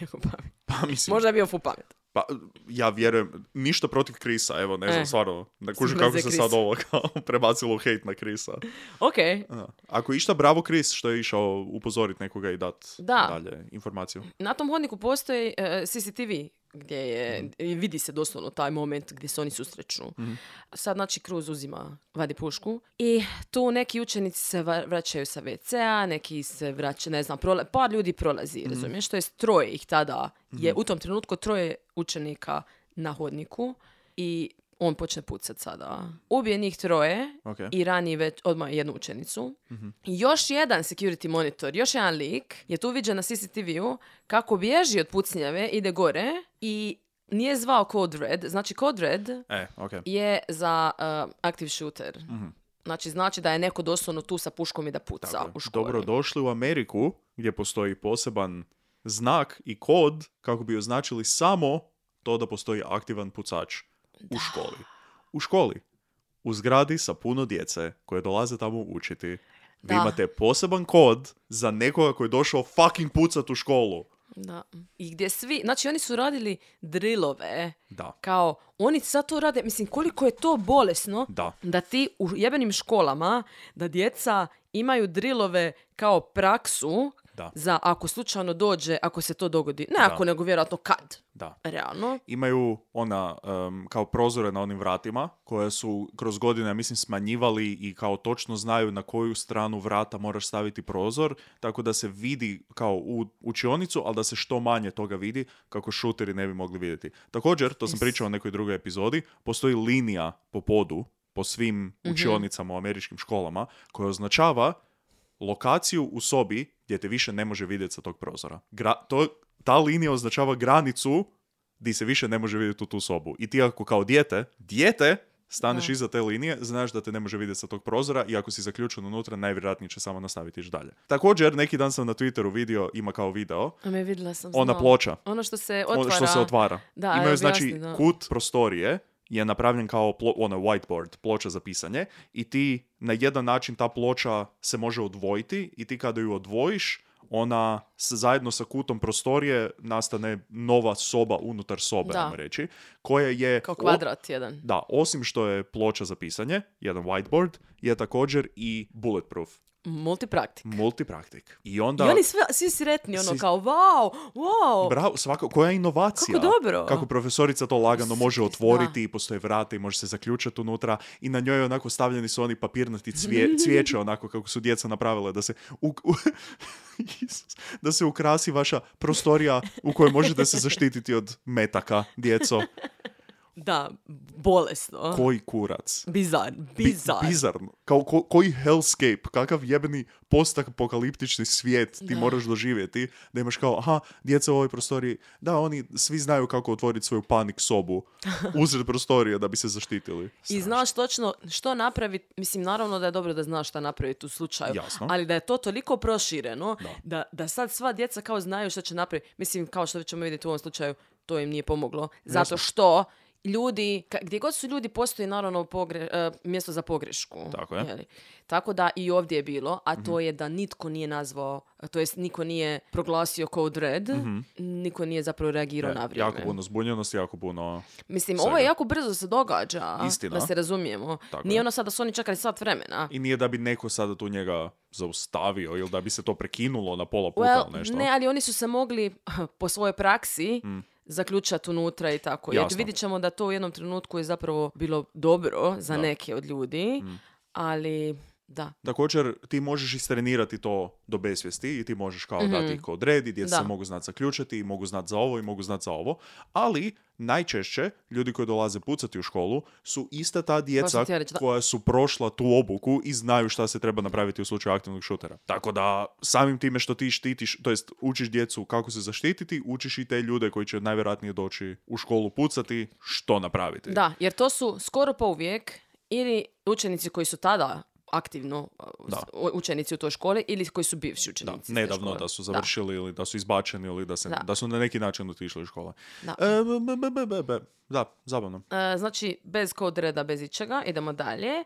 Speaker 5: nego pamet.
Speaker 4: Pa mislim,
Speaker 5: Možda je bio fu pamet.
Speaker 4: Pa, ja vjerujem, ništa protiv Krisa, evo, ne znam,
Speaker 5: E.
Speaker 4: stvarno, ne kužim
Speaker 5: Mrze
Speaker 4: kako se sad
Speaker 5: Krisa.
Speaker 4: ovo kao *laughs* prebacilo u hejt na Krisa.
Speaker 5: Ok,
Speaker 4: Da. Ako je išta, bravo Kris što je išao upozorit nekoga i dat
Speaker 5: Da.
Speaker 4: dalje informaciju.
Speaker 5: Na tom hodniku postoji e, CCTV gdje je, i vidi se doslovno taj moment gdje se oni susreću. Sad, znači, Cruz uzima, vadi pušku i tu neki učenici se va- vraćaju sa WC-a, neki se vraćaju, ne znam, prola- par ljudi prolazi, razumiješ? To je troje ih tada, je u tom trenutku troje učenika na hodniku i on počne pucat sada. Ubije njih troje
Speaker 4: Ok.
Speaker 5: i rani već odmah jednu učenicu. I Još jedan security monitor, još jedan lik je tu viđen na CCTV-u kako bježi od pucnjave, ide gore i nije zvao Code Red. Znači Code Red
Speaker 4: E, ok.
Speaker 5: je za uh, active shooter. Znači znači da je neko doslovno tu sa puškom i da puca
Speaker 4: Tako.
Speaker 5: u školi.
Speaker 4: Dobrodošli u Ameriku, gdje postoji poseban znak i kod kako bi označili samo to da postoji aktivan pucač u školi. U školi. U zgradi sa puno djece koje dolaze tamo učiti. Vi
Speaker 5: Da.
Speaker 4: imate poseban kod za nekoga koji je došao fucking pucat u školu.
Speaker 5: Da. I gdje svi, znači oni su radili drillove.
Speaker 4: Da,
Speaker 5: Kao, oni sad to rade, mislim koliko je to bolesno
Speaker 4: da.
Speaker 5: da ti u jebenim školama, da djeca imaju drilove kao praksu
Speaker 4: Da.
Speaker 5: za ako slučajno dođe, ako se to dogodi. Ne
Speaker 4: Da.
Speaker 5: ako, nego vjerojatno kad.
Speaker 4: Da.
Speaker 5: Realno.
Speaker 4: Imaju ona, em, kao prozore na onim vratima, koje su kroz godine, mislim, smanjivali i kao točno znaju na koju stranu vrata moraš staviti prozor, tako da se vidi kao u učionicu, ali da se što manje toga vidi, kako šuteri ne bi mogli vidjeti. Također, to sam pričao u nekoj drugoj epizodi, postoji linija po podu, po svim učionicama u američkim školama, koja označava lokaciju u sobi gdje te više ne može vidjeti sa tog prozora. Gra- to, ta linija označava granicu di se više ne može vidjeti u tu sobu. I ti ako kao dijete, dijete, staneš iza te linije, znaš da te ne može vidjeti sa tog prozora i ako si zaključen unutra, najvjerojatnije će samo nastaviti ići dalje. Također, neki dan sam na Twitteru vidio, ima kao video,
Speaker 5: A me vidjela sam.
Speaker 4: ona
Speaker 5: znam.
Speaker 4: ploča
Speaker 5: Ono što se
Speaker 4: ono
Speaker 5: otvara.
Speaker 4: što se otvara.
Speaker 5: Da,
Speaker 4: Imaju
Speaker 5: evo,
Speaker 4: znači
Speaker 5: objasni, da.
Speaker 4: kut prostorije je napravljen kao plo, ono, whiteboard, ploča za pisanje i ti na jedan način ta ploča se može odvojiti i ti kada ju odvojiš ona s- zajedno sa kutom prostorije nastane nova soba unutar sobe,
Speaker 5: Da.
Speaker 4: ajmo reći, koja je...
Speaker 5: Kao
Speaker 4: o-
Speaker 5: kvadrat jedan.
Speaker 4: da, osim što je ploča za pisanje, jedan whiteboard, je također i bulletproof,
Speaker 5: Multipraktik.
Speaker 4: multipraktik. I onda...
Speaker 5: I oni sve, svi sretni, ono
Speaker 4: Svi-
Speaker 5: kao, wow, wow.
Speaker 4: Bravo, svako, koja inovacija.
Speaker 5: Kako dobro.
Speaker 4: Kako profesorica to lagano može
Speaker 5: Da.
Speaker 4: otvoriti i postoje vrata i može se zaključati unutra i na njoj onako stavljeni su oni papirnati
Speaker 5: *laughs*
Speaker 4: cvije, cvijeće onako kako su djeca napravila da se u, u- *laughs* Isus, da se ukrasi vaša prostorija u kojoj možete se zaštititi od metaka,
Speaker 5: *laughs*
Speaker 4: djeco.
Speaker 5: Da, bolesno.
Speaker 4: Koji kurac.
Speaker 5: Bizar,
Speaker 4: Bi-
Speaker 5: bizar.
Speaker 4: bizarno. Kao ko- koji hellscape, kakav jebeni postapokaliptični svijet ti
Speaker 5: Da.
Speaker 4: moraš doživjeti, da imaš kao, aha, djeca u ovoj prostoriji, da, oni svi znaju kako otvoriti svoju panik
Speaker 5: *laughs*
Speaker 4: sobu uzred prostorije da bi se zaštitili.
Speaker 5: I znaš točno što napraviti, mislim naravno da je dobro da znaš šta napraviti u slučaju,
Speaker 4: Jasno.
Speaker 5: ali da je to toliko prošireno
Speaker 4: Da.
Speaker 5: da. Da, sad sva djeca kao znaju šta će napraviti. Mislim, kao što ćemo vidjeti u ovom slučaju, to im nije pomoglo. Zato
Speaker 4: Jasno.
Speaker 5: što ljudi, ka- gdje god su ljudi, postoji naravno pogre, e, mjesto za pogrešku.
Speaker 4: Tako je. Mhm.
Speaker 5: li? Tako da i ovdje je bilo, a to je da nitko nije nazvao, to jest niko nije proglasio code red, niko nije zapravo reagirao na
Speaker 4: Mhm. Ne,
Speaker 5: vrijeme.
Speaker 4: jako puno zbunjenosti, jako puno... ono.
Speaker 5: Mislim,
Speaker 4: Svega.
Speaker 5: ovo je jako brzo se događa,
Speaker 4: Istina.
Speaker 5: da se razumijemo.
Speaker 4: Tako je.
Speaker 5: Nije ono sad da su oni čekali sat vremena.
Speaker 4: I nije da bi neko sada tu njega zaustavio ili da bi se to prekinulo na pola puta ili
Speaker 5: Well,
Speaker 4: nešto.
Speaker 5: ne, ali oni su se mogli *laughs* po svojoj praksi zaključati unutra i tako. Jer
Speaker 4: Mm. Jasno.
Speaker 5: vidit ćemo da to u jednom trenutku je zapravo bilo dobro za
Speaker 4: Da. Mm.
Speaker 5: neke od ljudi, ali da.
Speaker 4: Također, ti možeš istrenirati to do besvijesti i ti možeš kao
Speaker 5: Mhm.
Speaker 4: dati kod red i djeca
Speaker 5: Da.
Speaker 4: se mogu znati zaključiti i mogu znati za ovo i mogu znati za ovo, ali najčešće ljudi koji dolaze pucati u školu su ista ta djeca
Speaker 5: sam htjela reći, da.
Speaker 4: koja su prošla tu obuku i znaju šta se treba napraviti u slučaju aktivnog šutera. Tako da samim time što ti štitiš, to jest učiš djecu kako se zaštititi, učiš i te ljude koji će najvjerojatnije doći u školu pucati što napraviti.
Speaker 5: Da, jer to su skoro pa uvijek ili učenici koji su tada aktivno uh,
Speaker 4: Da.
Speaker 5: s- u- učenici u toj školi ili koji su bivši
Speaker 4: Da,
Speaker 5: učenici. iz te
Speaker 4: nedavno
Speaker 5: škole.
Speaker 4: da su završili ili da su izbačeni ili da, se, da.
Speaker 5: Da.
Speaker 4: su na neki način otišli iz škole.
Speaker 5: Da.
Speaker 4: E, b- b- b- b- b- Da, zabavno.
Speaker 5: E, znači, bez kod reda, bez ičega, idemo dalje. E,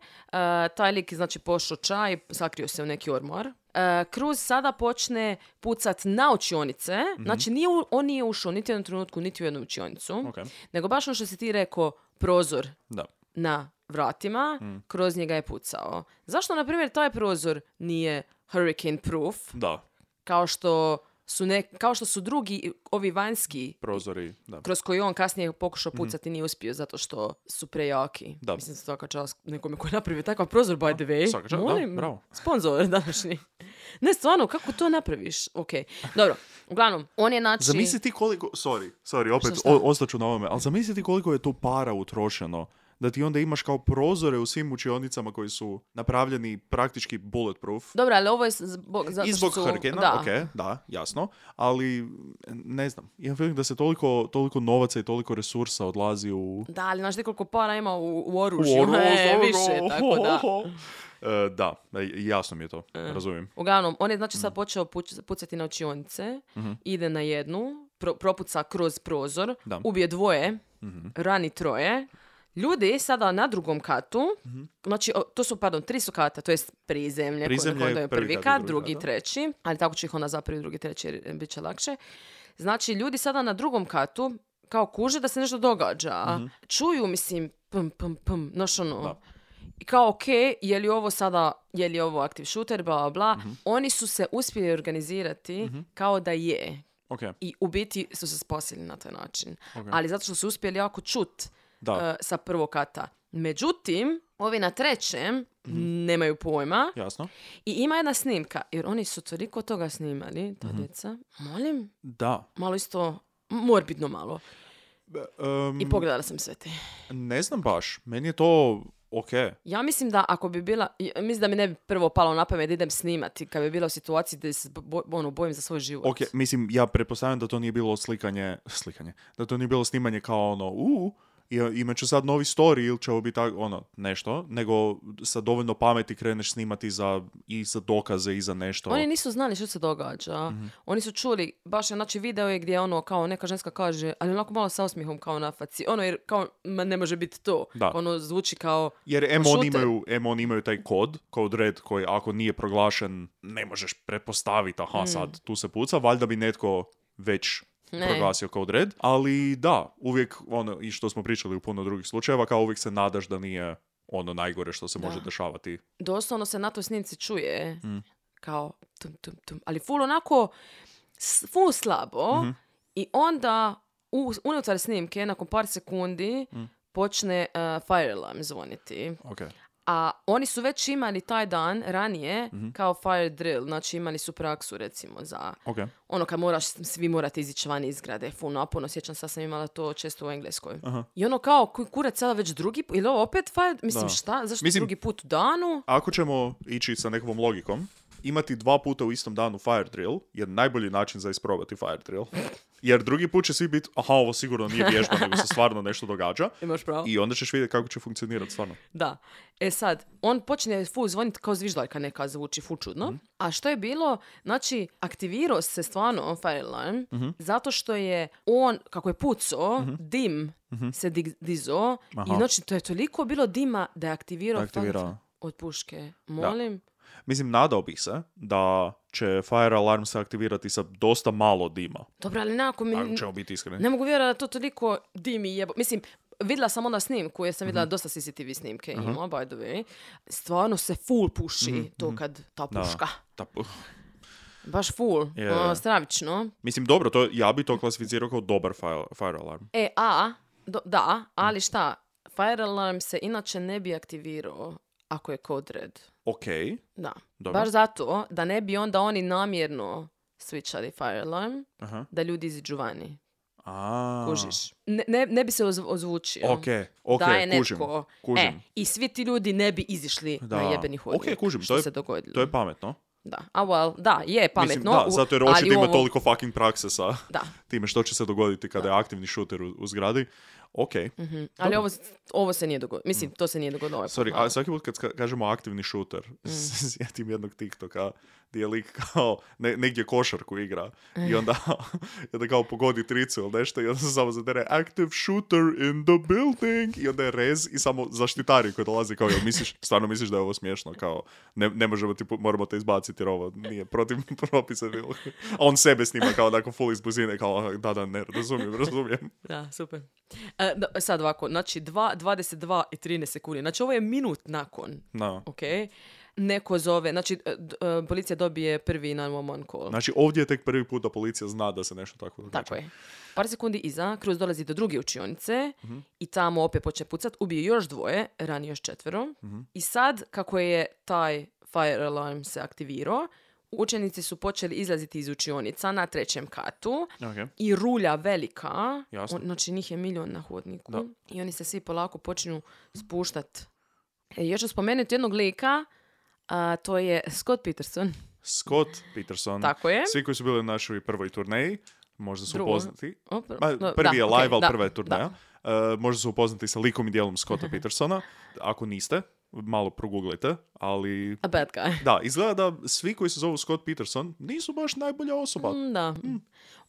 Speaker 5: taj lik je, znači, pošao čaj, sakrio se u neki ormor. E, Cruz sada počne pucat na učionice. Znači, nije u- on nije ušao niti u jednom trenutku, niti u jednu učionicu.
Speaker 4: Ok,
Speaker 5: Nego baš ono što si ti rekao, prozor
Speaker 4: da.
Speaker 5: na vratima, kroz njega je pucao. Zašto, na primjer, taj prozor nije hurricane proof,
Speaker 4: Da,
Speaker 5: kao što su, ne, kao što su drugi, ovi vanjski
Speaker 4: prozori, da.
Speaker 5: kroz koji on kasnije pokušao pucati nije uspio zato što su prejaki.
Speaker 4: Mhm. Da.
Speaker 5: Mislim svaka čast nekome koji je napravio takav prozor by the way.
Speaker 4: svaka čast, da,
Speaker 5: Molim,
Speaker 4: bravo.
Speaker 5: sponzor *laughs* današnji. Ne, stvarno, kako to napraviš? Ok, dobro. Uglavnom, on je znači...
Speaker 4: Zamisli ti koliko, sorry, sorry, opet
Speaker 5: Šta, šta?
Speaker 4: o- ostaću na ovome, ali zamisli ti koliko je tu para utrošeno da ti onda imaš kao prozore u svim učionicama koji su napravljeni praktički bulletproof.
Speaker 5: Dobro, ali ovo je zbog... Zato
Speaker 4: I
Speaker 5: što
Speaker 4: zbog
Speaker 5: su-
Speaker 4: Hurricane-a,
Speaker 5: da.
Speaker 4: ok, da, jasno, ali ne znam, imam feeling da se toliko, toliko novaca i toliko resursa odlazi u
Speaker 5: Da, ali znaš ti koliko para ima u, u oružju?
Speaker 4: U ono,
Speaker 5: *laughs* E,
Speaker 4: ono,
Speaker 5: više, tako
Speaker 4: *laughs*
Speaker 5: da. E.
Speaker 4: E, da, jasno mi je to, razumijem.
Speaker 5: Uglavnom, on je znači
Speaker 4: Mm.
Speaker 5: sad počeo puć- pucati na učionice,
Speaker 4: Mhm.
Speaker 5: ide na jednu, pro- propuca kroz prozor,
Speaker 4: Da. Mhm.
Speaker 5: ubije dvoje, rani troje. Ljudi sada na drugom katu,
Speaker 4: Mhm.
Speaker 5: znači o, to su, pardon, tri su kata, to jest prizemlje,
Speaker 4: Prizemlje
Speaker 5: koji- koji
Speaker 4: je
Speaker 5: je prvi kat, drugi, treći, ali tako će ih ona zapravo i drugi, treći, jer eh, bit će lakše. Znači, ljudi sada na drugom katu, kao kuže da se nešto događa, čuju, mislim, pum, pum, pum, znaš ono,
Speaker 4: Mhm. Da.
Speaker 5: i kao ok, je li ovo sada, je li ovo active shooter, bla, bla, bla.
Speaker 4: Mhm.
Speaker 5: Oni su se uspjeli organizirati kao da je.
Speaker 4: Ok,
Speaker 5: I u biti su se spasili na taj način.
Speaker 4: Ok.
Speaker 5: Ali zato što su uspjeli jako čut
Speaker 4: Da.
Speaker 5: eh, sa prvog kata. Međutim, ovi na trećem
Speaker 4: Mhm.
Speaker 5: nemaju pojma
Speaker 4: jasno.
Speaker 5: i ima jedna snimka, jer oni su toliko toga snimali,
Speaker 4: Mhm.
Speaker 5: ta djeca. Molim,
Speaker 4: Da. e,
Speaker 5: malo isto, morbidno malo.
Speaker 4: Em,
Speaker 5: I pogledala sam sve te.
Speaker 4: ne znam baš, meni je to ok.
Speaker 5: Ja mislim da ako bi bila, i- mislim da mi ne bi prvo palo na pamet da idem snimati kad bi bila u situaciji da se bo- ono, bojim za svoj život.
Speaker 4: Ok, mislim, ja pretpostavljam da to nije bilo slikanje, slikanje, da to nije bilo snimanje kao ono, u, i imat će sad novi story ili će ovo biti tak- ono, nešto, nego sa dovoljno pameti kreneš snimati za, i za dokaze i za nešto.
Speaker 5: Oni nisu znali što se događa.
Speaker 4: Mhm.
Speaker 5: Oni su čuli, baš je, znači video je gdje ono kao neka ženska kaže, ali onako malo sa osmihom kao na faci. Ono jer kao, ma ne može biti to.
Speaker 4: Da.
Speaker 5: Ono zvuči kao,
Speaker 4: Jer em oni,
Speaker 5: Šuter.
Speaker 4: imaju, em oni imaju taj kod, kod red, koji ako nije proglašen, ne možeš pretpostaviti, aha sad, tu se puca, valjda bi netko već
Speaker 5: Hmm. Ne.
Speaker 4: proglasio kod red, ali da, uvijek ono, i što smo pričali u puno drugih slučajeva, kao uvijek se nadaš da nije ono najgore što se može
Speaker 5: Da.
Speaker 4: dešavati.
Speaker 5: doslovno se na toj snimci čuje.
Speaker 4: Mm.
Speaker 5: Kao, tum, tum, tum. Ali ful onako, s- ful slabo.
Speaker 4: Mhm.
Speaker 5: I onda, u, unutar snimke, nakon par sekundi,
Speaker 4: Mm.
Speaker 5: počne uh, fire alarm zvoniti.
Speaker 4: Ok.
Speaker 5: A oni su već imali taj dan ranije
Speaker 4: Mhm.
Speaker 5: kao fire drill, znači imali su praksu recimo za
Speaker 4: Ok.
Speaker 5: ono kad moraš, svi morate izići van iz zgrade, ful naporno, sjećam sad sam imala to često u Engleskoj. I ono kao, koji kurac sada već drugi put, ili ovo opet fire, mislim
Speaker 4: Da.
Speaker 5: šta, zašto
Speaker 4: Mislim-
Speaker 5: drugi put u danu?
Speaker 4: Ako ćemo ići sa nekakvom logikom, imati dva puta u istom danu fire drill je najbolji način za isprobati fire
Speaker 5: *laughs*
Speaker 4: drill. Jer drugi put će svi biti, aha, ovo sigurno nije vježba, nego se stvarno nešto *laughs* događa.
Speaker 5: Imaš pravo.
Speaker 4: I onda ćeš vidjeti kako će funkcionirati stvarno.
Speaker 5: Da. E sad, on počne ful zvoniti kao zviždaljka neka zvuči ful čudno.
Speaker 4: Mhm.
Speaker 5: A što je bilo, znači, aktivirao se stvarno on fire alarm
Speaker 4: Mhm.
Speaker 5: zato što je on, kako je pucao, dim se dig- dizo i
Speaker 4: Mhm. Aha.
Speaker 5: znači to je toliko bilo dima da je aktivirao,
Speaker 4: Aktivirao.
Speaker 5: fakt od puške. Molim.
Speaker 4: Mislim, nadao bih se da će fire alarm se aktivirati sa dosta malo dima.
Speaker 5: Dobro, ali nekako mi...
Speaker 4: Ako ćemo biti iskreni.
Speaker 5: Ne mogu vjerovati da to toliko dimi jebo... Mislim, vidjela sam onda snimku, jer sam
Speaker 4: Mhm.
Speaker 5: vidjela dosta CCTV snimke ima, by the way. Stvarno se full puši to kad ta
Speaker 4: Mhm, Da.
Speaker 5: puška.
Speaker 4: Ta- uh.
Speaker 5: Baš full,
Speaker 4: Je.
Speaker 5: ono, stravično.
Speaker 4: Mislim, dobro, to, ja bi to klasificirao kao dobar fire, fire alarm.
Speaker 5: E, a, do- da, ali šta, fire alarm se inače ne bi aktivirao ako je kod red.
Speaker 4: Ok,
Speaker 5: Da.
Speaker 4: Dobro.
Speaker 5: Baš zato da ne bi onda oni namjerno switchali fire alarm,
Speaker 4: aha.
Speaker 5: da ljudi iziđu vani.
Speaker 4: A.
Speaker 5: Kužiš. Ne, ne, ne bi se ozv- ozvučio.
Speaker 4: Ok, ok,
Speaker 5: da je
Speaker 4: kužim.
Speaker 5: netko,
Speaker 4: kužim.
Speaker 5: E, i svi ti ljudi ne bi izišli
Speaker 4: Da.
Speaker 5: na jebeni hodnik.
Speaker 4: Ok, kužim,
Speaker 5: Što
Speaker 4: to je-
Speaker 5: se dogodilo.
Speaker 4: To je pametno.
Speaker 5: Da, a well, da, je pametno.
Speaker 4: Mislim, da,
Speaker 5: u-
Speaker 4: zato jer
Speaker 5: ali
Speaker 4: očito ima
Speaker 5: ovo-
Speaker 4: toliko fucking prakse sa
Speaker 5: Da.
Speaker 4: time što će se dogoditi kada je aktivni šuter u, u zgradi. Ok,
Speaker 5: Mhm. Ali ovo, ovo se nije dogodilo. Mislim, to se nije dogodilo ovaj put,
Speaker 4: Sorry,
Speaker 5: ali-
Speaker 4: a svaki put kad ska- kažemo aktivni šuter, se *laughs* sjetim jednog TikToka gdje je lik kao ne, negdje košarku igra i onda, *laughs* i onda kao pogodi tricu ili nešto i onda se samo zadere active shooter in the building i onda je rez i samo zaštitari koji dolazi kao jel misliš, stvarno misliš da je ovo smiješno kao ne, ne možemo ti, pu- moramo te izbaciti jer ovo nije protiv *laughs* propisa bilo. a on sebe snima kao onako full iz buzine kao "Aha, da da ne razumijem, razumijem
Speaker 5: Da, super. E, da, sad ovako, znači 2, 22 i 13 sekundi. Znači ovo je minut nakon,
Speaker 4: no.
Speaker 5: ok? Neko zove, znači e, d- e, policija dobije prvi 911 call.
Speaker 4: znači ovdje je tek prvi put da policija zna da se nešto tako događa
Speaker 5: Tako je. Par sekundi iza, Cruz dolazi do druge učionice i tamo opet počne pucat, ubije još dvoje, rani još četvero. I sad, kako je taj fire alarm se aktivirao, učenici su počeli izlaziti iz učionica na trećem katu
Speaker 4: Ok.
Speaker 5: i rulja velika,
Speaker 4: Jasno.
Speaker 5: on- znači njih je milion na hodniku
Speaker 4: Da.
Speaker 5: i oni se svi polako počinju spuštat. E, još ću spomenuti jednog lika, a, to je Scott Peterson.
Speaker 4: Scott Peterson.
Speaker 5: Tako je.
Speaker 4: Svi koji su bili na našoj prvoj turneji, možda su
Speaker 5: Drugo.
Speaker 4: upoznati.
Speaker 5: Op-
Speaker 4: Ma,
Speaker 5: no,
Speaker 4: prvi
Speaker 5: da,
Speaker 4: je
Speaker 5: ok,
Speaker 4: live, ali
Speaker 5: da,
Speaker 4: prva je
Speaker 5: da. Mhm.
Speaker 4: turneja. E, možda su upoznati sa likom i dijelom Scotta Petersona. Ako niste, malo proguglajte, ali...
Speaker 5: A bad guy.
Speaker 4: Da, izgleda da svi koji se zovu Scott Peterson nisu baš najbolja osoba.
Speaker 5: Mm, Da.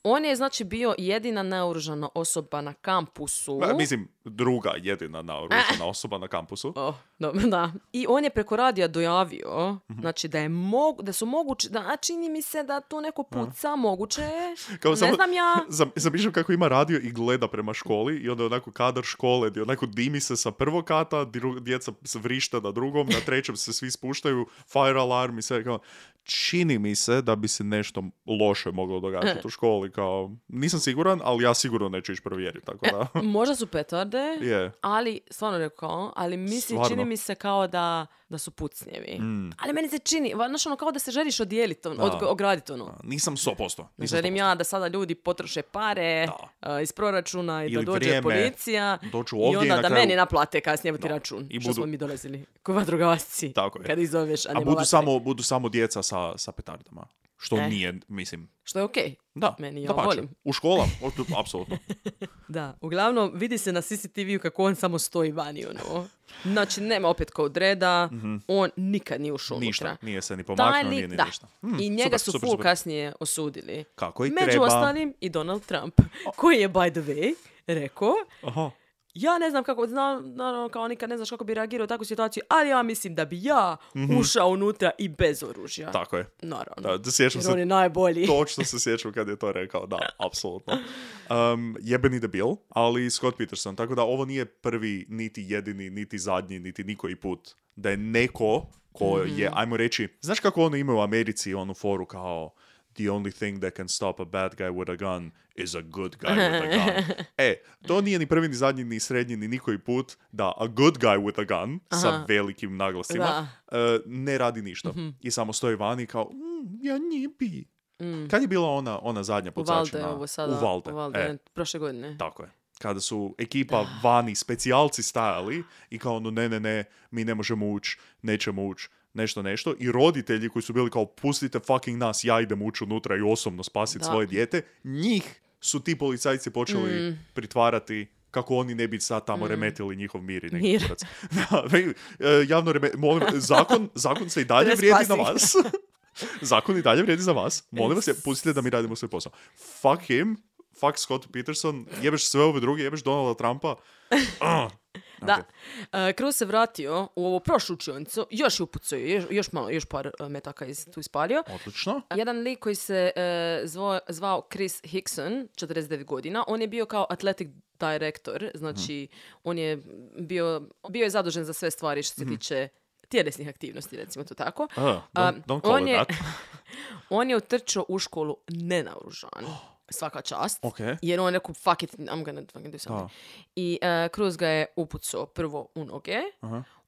Speaker 5: On je znači bio jedina naoružana osoba na kampusu.
Speaker 4: Ma, Mislim, druga jedina
Speaker 5: *laughs*
Speaker 4: naoružana osoba na kampusu.
Speaker 5: Oh, dobro, da. I on je preko radija dojavio,
Speaker 4: Mhm.
Speaker 5: znači da je mog, da su moguće, da a čini mi se da tu neko puca, moguće je.
Speaker 4: Kao
Speaker 5: ne
Speaker 4: samo-
Speaker 5: znam
Speaker 4: *laughs*
Speaker 5: ja.
Speaker 4: Zam- Zamišljam kako ima radio i gleda prema školi i onda je onako kadar škole gdje onako dimi se sa prvog kata, dru- djeca s vrišta na drugom, na trećem se svi spuštaju, fire alarm i sve kao čini mi se da bi se nešto loše moglo
Speaker 5: *laughs*
Speaker 4: događati u školi, kao nisam siguran, ali ja sigurno neću ići provjeriti, tako da.
Speaker 5: *laughs* Možda su petarde,
Speaker 4: Je.
Speaker 5: ali, stvarno rekao, ono, ali mislim,
Speaker 4: Stvarno. Mm.
Speaker 5: čini mi se kao da, da su pucnjevi. Ali meni se čini, va- znaš ono, kao da se želiš odijeliti, ono, od,
Speaker 4: Da.
Speaker 5: ograditi ono.
Speaker 4: Nisam 100%.
Speaker 5: Ne
Speaker 4: Nisam
Speaker 5: želim
Speaker 4: 100%.
Speaker 5: ja da sada ljudi potroše pare a, iz proračuna i
Speaker 4: Ili
Speaker 5: da dođe
Speaker 4: vrijeme,
Speaker 5: policija
Speaker 4: dođu
Speaker 5: i
Speaker 4: ovdje i
Speaker 5: onda
Speaker 4: na
Speaker 5: da
Speaker 4: kraju-
Speaker 5: meni naplate kasnije ti račun.
Speaker 4: I
Speaker 5: Što
Speaker 4: budu-
Speaker 5: smo mi dolazili. Ko vatrogasci.
Speaker 4: Tako je.
Speaker 5: Kada izoveš
Speaker 4: A budu samo, budu samo djeca sa, sa petardama. Što
Speaker 5: E.
Speaker 4: nije, mislim,
Speaker 5: Što je okej.
Speaker 4: da,
Speaker 5: Meni ja
Speaker 4: dapače.
Speaker 5: volim.
Speaker 4: U školama, o, tu, apsolutno.
Speaker 5: Da, uglavnom vidi se na CCTV-u kako on samo stoji vani,
Speaker 4: *laughs*
Speaker 5: ono. Znači, nema opet kod reda, on nikad nije ušao
Speaker 4: Mhm. ništa,
Speaker 5: unutra.
Speaker 4: nije se ni
Speaker 5: Taj
Speaker 4: pomaknuo,
Speaker 5: lik-
Speaker 4: nije ni
Speaker 5: da.
Speaker 4: ništa. Hmm,
Speaker 5: I njega
Speaker 4: super,
Speaker 5: su
Speaker 4: super,
Speaker 5: full
Speaker 4: super.
Speaker 5: kasnije osudili.
Speaker 4: Kako i
Speaker 5: Među
Speaker 4: treba.
Speaker 5: ostalim i Donald Trump, koji je, by the way, rekao,
Speaker 4: Aha.
Speaker 5: ja ne znam kako, znam, naravno, kao nikad ne znaš kako bi reagirao u takvu situaciju, ali ja mislim da bi ja ušao unutra i bez oružja.
Speaker 4: Tako je.
Speaker 5: Naravno.
Speaker 4: Mhm. Da, sjećam
Speaker 5: Jer on je
Speaker 4: se,
Speaker 5: najbolji.
Speaker 4: točno se sjećam kad je to rekao, da, apsolutno.
Speaker 5: *laughs*
Speaker 4: Um, jebeni debil, ali Scott Peterson, tako da ovo nije prvi, niti jedini, niti zadnji, niti nikoji put da je neko ko je,
Speaker 5: Mhm.
Speaker 4: ajmo reći, znaš kako ono ima u Americi onu foru kao the only thing that can stop a bad guy with a gun is a good guy with a
Speaker 5: *laughs*
Speaker 4: gun. E, to nije ni prvi, ni zadnji, ni srednji, ni nikoji put da a good guy with a gun sa
Speaker 5: Aha.
Speaker 4: velikim naglasima
Speaker 5: Da. Mhm.
Speaker 4: e, ne radi ništa. I samo stoji vani i kao, "Mm, ja nije bi.
Speaker 5: Mm.
Speaker 4: Kad je bila ona, ona zadnja
Speaker 5: U Valde
Speaker 4: pucačina?
Speaker 5: ovo sada.
Speaker 4: Znači, U Valde, e,
Speaker 5: ne, prošle godine.
Speaker 4: tako je. Kada su ekipa vani, specijalci stajali i kao ono, ne, ne, ne, mi ne možemo ući, nećemo ući, nešto, nešto. I roditelji koji su bili kao, pustite fucking nas, ja idem ući unutra i osobno spasiti
Speaker 5: Da.
Speaker 4: svoje dijete, njih su ti policajci počeli
Speaker 5: Mm.
Speaker 4: pritvarati kako oni ne bi sad tamo remetili njihov mir i neki
Speaker 5: Mir.
Speaker 4: kurac. *laughs* Da, veli, e, javno reme, molim, zakon, zakon se i dalje vrijedi na
Speaker 5: Trespassing.
Speaker 4: vas.
Speaker 5: *laughs*
Speaker 4: zakon i dalje vrijedi za vas. Molim vas, je- pustite da mi radimo svoj posao. Fuck him, fuck Scott Peterson, jebeš sve ove druge, jebeš Donalda
Speaker 5: *laughs*
Speaker 4: Trumpa. Ah,
Speaker 5: Da. E, Cruz se vratio u ovu prošlu učionicu, još je upucao, još, još malo, još par e, metaka iz, tu ispalio.
Speaker 4: odlično.
Speaker 5: Jedan lik koji se e, zvo- zvao Chris Hickson, 49 godina, on je bio kao athletic director, znači
Speaker 4: Mhm.
Speaker 5: on je bio, bio je zadužen za sve stvari što se
Speaker 4: Mhm.
Speaker 5: tiče tjelesnih aktivnosti, recimo to tako.
Speaker 4: Ah, don't,
Speaker 5: A,
Speaker 4: don't call
Speaker 5: Um, on
Speaker 4: it
Speaker 5: je- *laughs*
Speaker 4: that.
Speaker 5: On je utrčao u školu
Speaker 4: *gasps*
Speaker 5: nenaoružan. Svaka čast.
Speaker 4: Ok.
Speaker 5: Jer on je rekao, fuck it, I'm gonna fucking do something.
Speaker 4: Da.
Speaker 5: I uh, Cruz ga je upucao prvo u noge,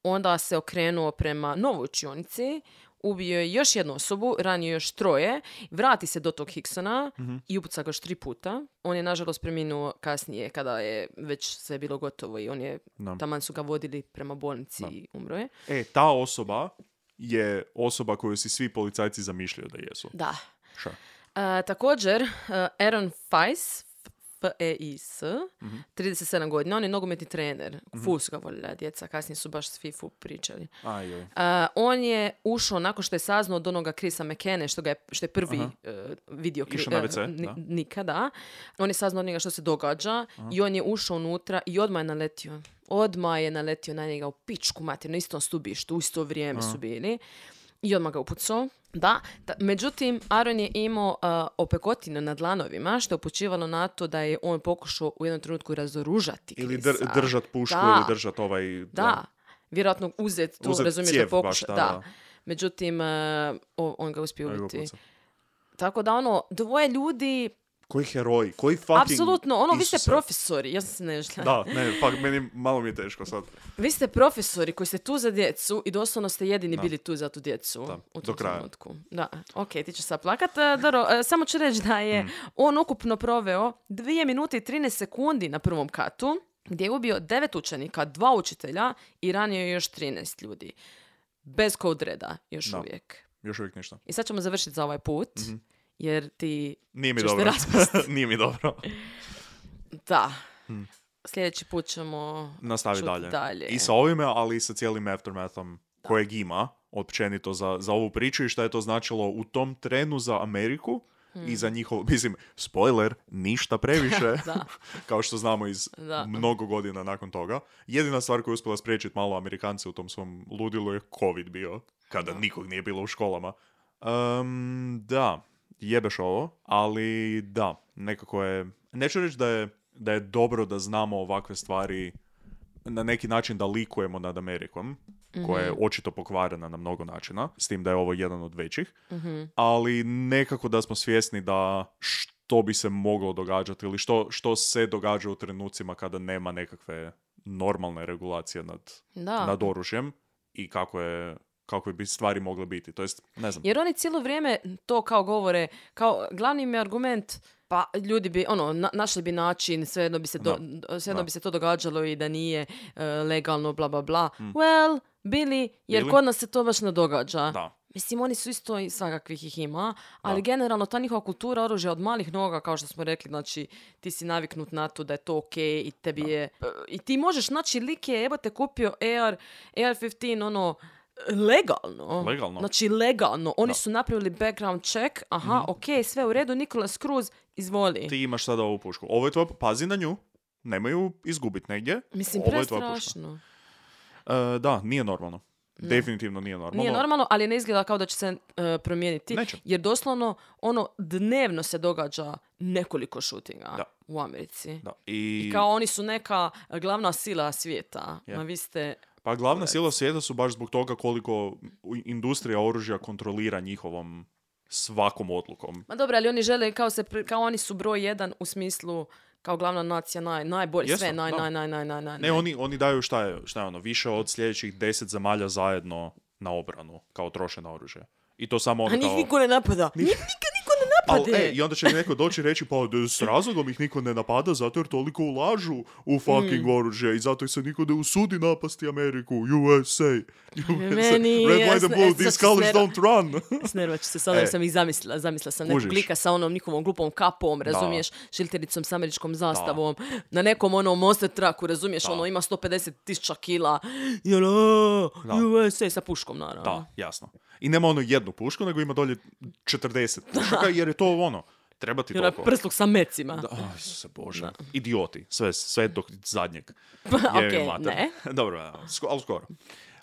Speaker 5: onda se okrenuo prema novoj učionici, ubio je još jednu osobu, ranio još troje, vrati se do tog Hicksona i upuca ga još tri puta. On je, nažalost, preminuo kasnije kada je već sve bilo gotovo i on je,
Speaker 4: Da.
Speaker 5: taman su ga vodili prema bolnici i umro je.
Speaker 4: E, ta osoba je osoba koju si svi policajci zamišljaju da jesu.
Speaker 5: Da,
Speaker 4: Šta?
Speaker 5: E, također, e, Aaron E Fais, F-E-I-S, 37 godina, on je nogometni trener. Ful su ga voljela djeca, kasnije su baš svi ful pričali.
Speaker 4: Aj, joj.
Speaker 5: E, on je ušao nakon što je saznao od onoga Krisa McKene, što, ga je, što je prvi e, vidio Kri-
Speaker 4: Išao na
Speaker 5: e,
Speaker 4: WC,
Speaker 5: ni-
Speaker 4: da.
Speaker 5: nikada. On je saznao od njega što se događa i on je ušao unutra i odmah je naletio. Odmah je naletio na njega u pičku maternu, istom stubištu, u isto vrijeme su bili. I odmah ga upucao. Da, ta- međutim, Aron je imao a, opekotinu na dlanovima, što je upućivalo na to da je on pokušao u jednom trenutku razoružati
Speaker 4: Ili
Speaker 5: Krisa.
Speaker 4: dr- držat pušku
Speaker 5: Da.
Speaker 4: ili držat ovaj...
Speaker 5: Da, vjerojatno uzet tu,
Speaker 4: Uzet
Speaker 5: razumiješ
Speaker 4: cijev
Speaker 5: da pokuša.
Speaker 4: baš, da,
Speaker 5: Da,
Speaker 4: da.
Speaker 5: Međutim, e, o- on ga uspije
Speaker 4: Evo ga
Speaker 5: ubiti.
Speaker 4: puca.
Speaker 5: Tako da ono, dvoje ljudi,
Speaker 4: Koji heroj, koji fucking...
Speaker 5: apsolutno, ono, vi ste
Speaker 4: Isuse.
Speaker 5: profesori, ja sam se ne željela.
Speaker 4: Da, ne, pak, meni malo mi je teško sad.
Speaker 5: Vi ste profesori koji ste tu za djecu i doslovno ste jedini bili tu za tu djecu
Speaker 4: Da, do
Speaker 5: u tom
Speaker 4: kraja.
Speaker 5: trenutku. Da, ok, ti ćeš sad plakat. E, Daro, e, samo ću reći da je
Speaker 4: Mhm.
Speaker 5: on ukupno proveo 2 minute i 13 sekundi na prvom katu, gdje je ubio devet učenika, dva učitelja i ranio je još 13 ljudi. Bez kod reda, još
Speaker 4: Da.
Speaker 5: uvijek.
Speaker 4: Još uvijek ništa.
Speaker 5: I sad ćemo završiti za ovaj put,
Speaker 4: Mhm.
Speaker 5: jer ti,
Speaker 4: Nije mi
Speaker 5: Ćeš te
Speaker 4: dobro.
Speaker 5: raspast.
Speaker 4: *laughs* Nije mi dobro.
Speaker 5: da,
Speaker 4: Mhm.
Speaker 5: sljedeći put ćemo...
Speaker 4: Nastavi
Speaker 5: čuti
Speaker 4: dalje.
Speaker 5: dalje.
Speaker 4: I sa ovime, ali i sa cijelim aftermathom kojeg ima, općenito za, za ovu priču i šta je to značilo u tom trenu za Ameriku i za njihov, *laughs* mislim, spoiler, ništa previše,
Speaker 5: Hmm. *laughs* Da.
Speaker 4: *laughs* kao što znamo iz
Speaker 5: Da.
Speaker 4: mnogo godina nakon toga. Jedina stvar koja je uspjela spriječiti malo Amerikance u tom svom ludilu je COVID bio, kada nikog nije bilo u školama. Ehm, da, jebeš ovo, ali da, nekako je... Neću reći da je, da je dobro da znamo ovakve stvari na neki način da likujemo nad Amerikom, koja
Speaker 5: Mhm.
Speaker 4: je očito pokvarena na mnogo načina, s tim da je ovo jedan od većih,
Speaker 5: mhm,
Speaker 4: ali nekako da smo svjesni da što bi se moglo događati ili što, što se događa u trenucima kada nema nekakve normalne regulacije nad,
Speaker 5: Da.
Speaker 4: nad oružjem i kako je kako bi stvari mogle biti. To jest, ne znam,
Speaker 5: Jer oni cijelo vrijeme to kao govore, kao glavni im je argument, pa ljudi bi, ono, na- našli bi način, svejedno bi se, do, svejedno
Speaker 4: da.
Speaker 5: bi se to događalo i da nije e, legalno, bla, bla, bla. Well, bili, jer
Speaker 4: Mhm. Bili.
Speaker 5: kod nas se to baš ne događa.
Speaker 4: da.
Speaker 5: Mislim, oni su isto i svakakvih ih ima, ali generalno ta njihova kultura oružja od malih noga, kao što smo rekli, znači ti si naviknut na to da je to ok i tebi je... e, I ti možeš, znači lik je, evo te kupio AR, AR-15, ono, legalno.
Speaker 4: Legalno.
Speaker 5: Znači legalno. Oni su napravili background check, aha, ok, sve u redu, Nikolas Cruz, izvoli.
Speaker 4: Mhm. Ti imaš sada ovu pušku. Ovo je tvoja, pazi na nju, nemoj ju izgubit negdje.
Speaker 5: Mislim,
Speaker 4: Ovo je tvoja puška.
Speaker 5: prestrašno.
Speaker 4: E, da, nije normalno. Definitivno nije normalno.
Speaker 5: Nije normalno, ali ne izgleda kao da će se e, promijeniti.
Speaker 4: Pa Neće.
Speaker 5: Jer doslovno, ono, dnevno se događa nekoliko šutinga
Speaker 4: Da.
Speaker 5: u Americi.
Speaker 4: Da. I,
Speaker 5: I kao oni su neka glavna sila svijeta.
Speaker 4: Je.
Speaker 5: Ma vi ste...
Speaker 4: pa glavna sila svijeta su baš zbog toga koliko industrija oružja kontrolira njihovom svakom odlukom.
Speaker 5: Ma dobro, ali oni žele kao se... pri- Kao oni su broj jedan u smislu kao glavna nacija naj, najbolje.
Speaker 4: Jesu,
Speaker 5: sve naj,
Speaker 4: da.
Speaker 5: naj, naj, naj, naj, naj.
Speaker 4: Ne, oni, oni daju šta je, šta je ono, više od sljedećih deset zemalja zajedno na obranu, kao trošeno oružje. I to samo ono
Speaker 5: A njih
Speaker 4: kao...
Speaker 5: niko ne napada. Njih nikad niko ne
Speaker 4: Al,
Speaker 5: napade.
Speaker 4: e, I onda će mi neko doći i reći, pa d- s razlogom ih niko ne napada zato jer toliko ulažu
Speaker 5: Mm.
Speaker 4: u fucking oružje i zato ih se niko ne usudi napasti Ameriku, USA. USA.
Speaker 5: Meni
Speaker 4: *laughs* Red,
Speaker 5: je
Speaker 4: white
Speaker 5: sn-
Speaker 4: and blue,
Speaker 5: sad
Speaker 4: these
Speaker 5: ću
Speaker 4: colors
Speaker 5: smjera-
Speaker 4: don't run.
Speaker 5: Snervat ću se sada
Speaker 4: E.
Speaker 5: jer sam ih zamislila. Zamislila sam nekog
Speaker 4: Kužiš.
Speaker 5: lika sa onom njihovom glupom kapom, razumiješ, šiltericom s američkom zastavom, na nekom onom monster traku, razumiješ, ono ima 150 tisuća kila, ono, jelo, USA sa puškom, naravno.
Speaker 4: da, jasno. I nema ono jednu pušku, nego ima dolje 40 pušaka jer je to ono, treba ti
Speaker 5: I onaj
Speaker 4: toliko.
Speaker 5: prsluk sa mecima.
Speaker 4: Da, aj, Isuse Bože. Idioti. Sve, sve dok zadnjeg.
Speaker 5: *laughs* Pa,
Speaker 4: Jebi
Speaker 5: okej,
Speaker 4: mater.
Speaker 5: ne.
Speaker 4: *laughs* Dobro, evo, sko- ali skoro.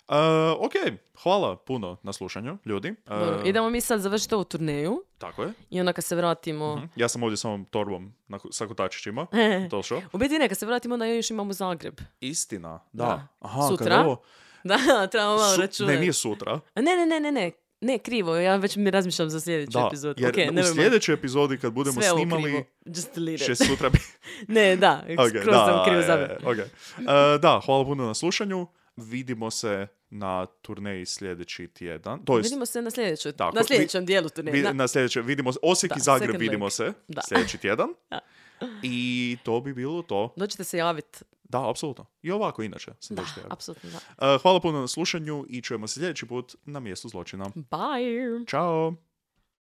Speaker 4: E, ok, hvala puno na slušanju, ljudi. E,
Speaker 5: Dobro, Ono, idemo mi sad završiti ovu turneju
Speaker 4: Tako je. Hm,
Speaker 5: i onda kad se vratimo...
Speaker 4: Ja sam ovdje s ovom torbom na, ku- sa
Speaker 5: *laughs*
Speaker 4: kotačićima. Došao.
Speaker 5: U biti ne, kad se vratimo onda još imamo Zagreb. *laughs*
Speaker 4: Istina, da.
Speaker 5: Da.
Speaker 4: Aha, kad
Speaker 5: Sutra?
Speaker 4: ovo-
Speaker 5: Da, trebamo malo ovaj
Speaker 4: Su-
Speaker 5: računati.
Speaker 4: ne, nije sutra.
Speaker 5: A Ne, ne, ne, ne, ne. Ne, krivo, ja već mi razmišljam za sljedeću
Speaker 4: Da,
Speaker 5: epizodu.
Speaker 4: jer
Speaker 5: Okej,
Speaker 4: u
Speaker 5: nevermind.
Speaker 4: sljedećoj epizodi kad budemo
Speaker 5: Sve ovo krivo.
Speaker 4: snimali,
Speaker 5: Just delete it.
Speaker 4: će
Speaker 5: *laughs*
Speaker 4: sutra biti...
Speaker 5: Ne, da,
Speaker 4: *laughs* Ok,
Speaker 5: skroz sam krivo
Speaker 4: je,
Speaker 5: zabila.
Speaker 4: je, ok. E, da, hvala puno na slušanju. Vidimo se na turneji sljedeći tjedan. To jest,
Speaker 5: Vidimo se na sljedećoj,
Speaker 4: Tako,
Speaker 5: na sljedećem dijelu turneja.
Speaker 4: vi-
Speaker 5: Na-
Speaker 4: na sljedeće, vidimo se, Osijek
Speaker 5: Da,
Speaker 4: i Zagreb
Speaker 5: second leg.
Speaker 4: vidimo se
Speaker 5: Da.
Speaker 4: sljedeći tjedan.
Speaker 5: *laughs* Da.
Speaker 4: I to bi bilo to.
Speaker 5: Doćete se javit.
Speaker 4: Da, apsolutno. I ovako inače. se
Speaker 5: Da,
Speaker 4: možete javiti.
Speaker 5: apsolutno da. Mm.
Speaker 4: E, hvala puno na slušanju i čujemo se sljedeći put na mjestu zločina.
Speaker 5: Bye!
Speaker 4: Ćao!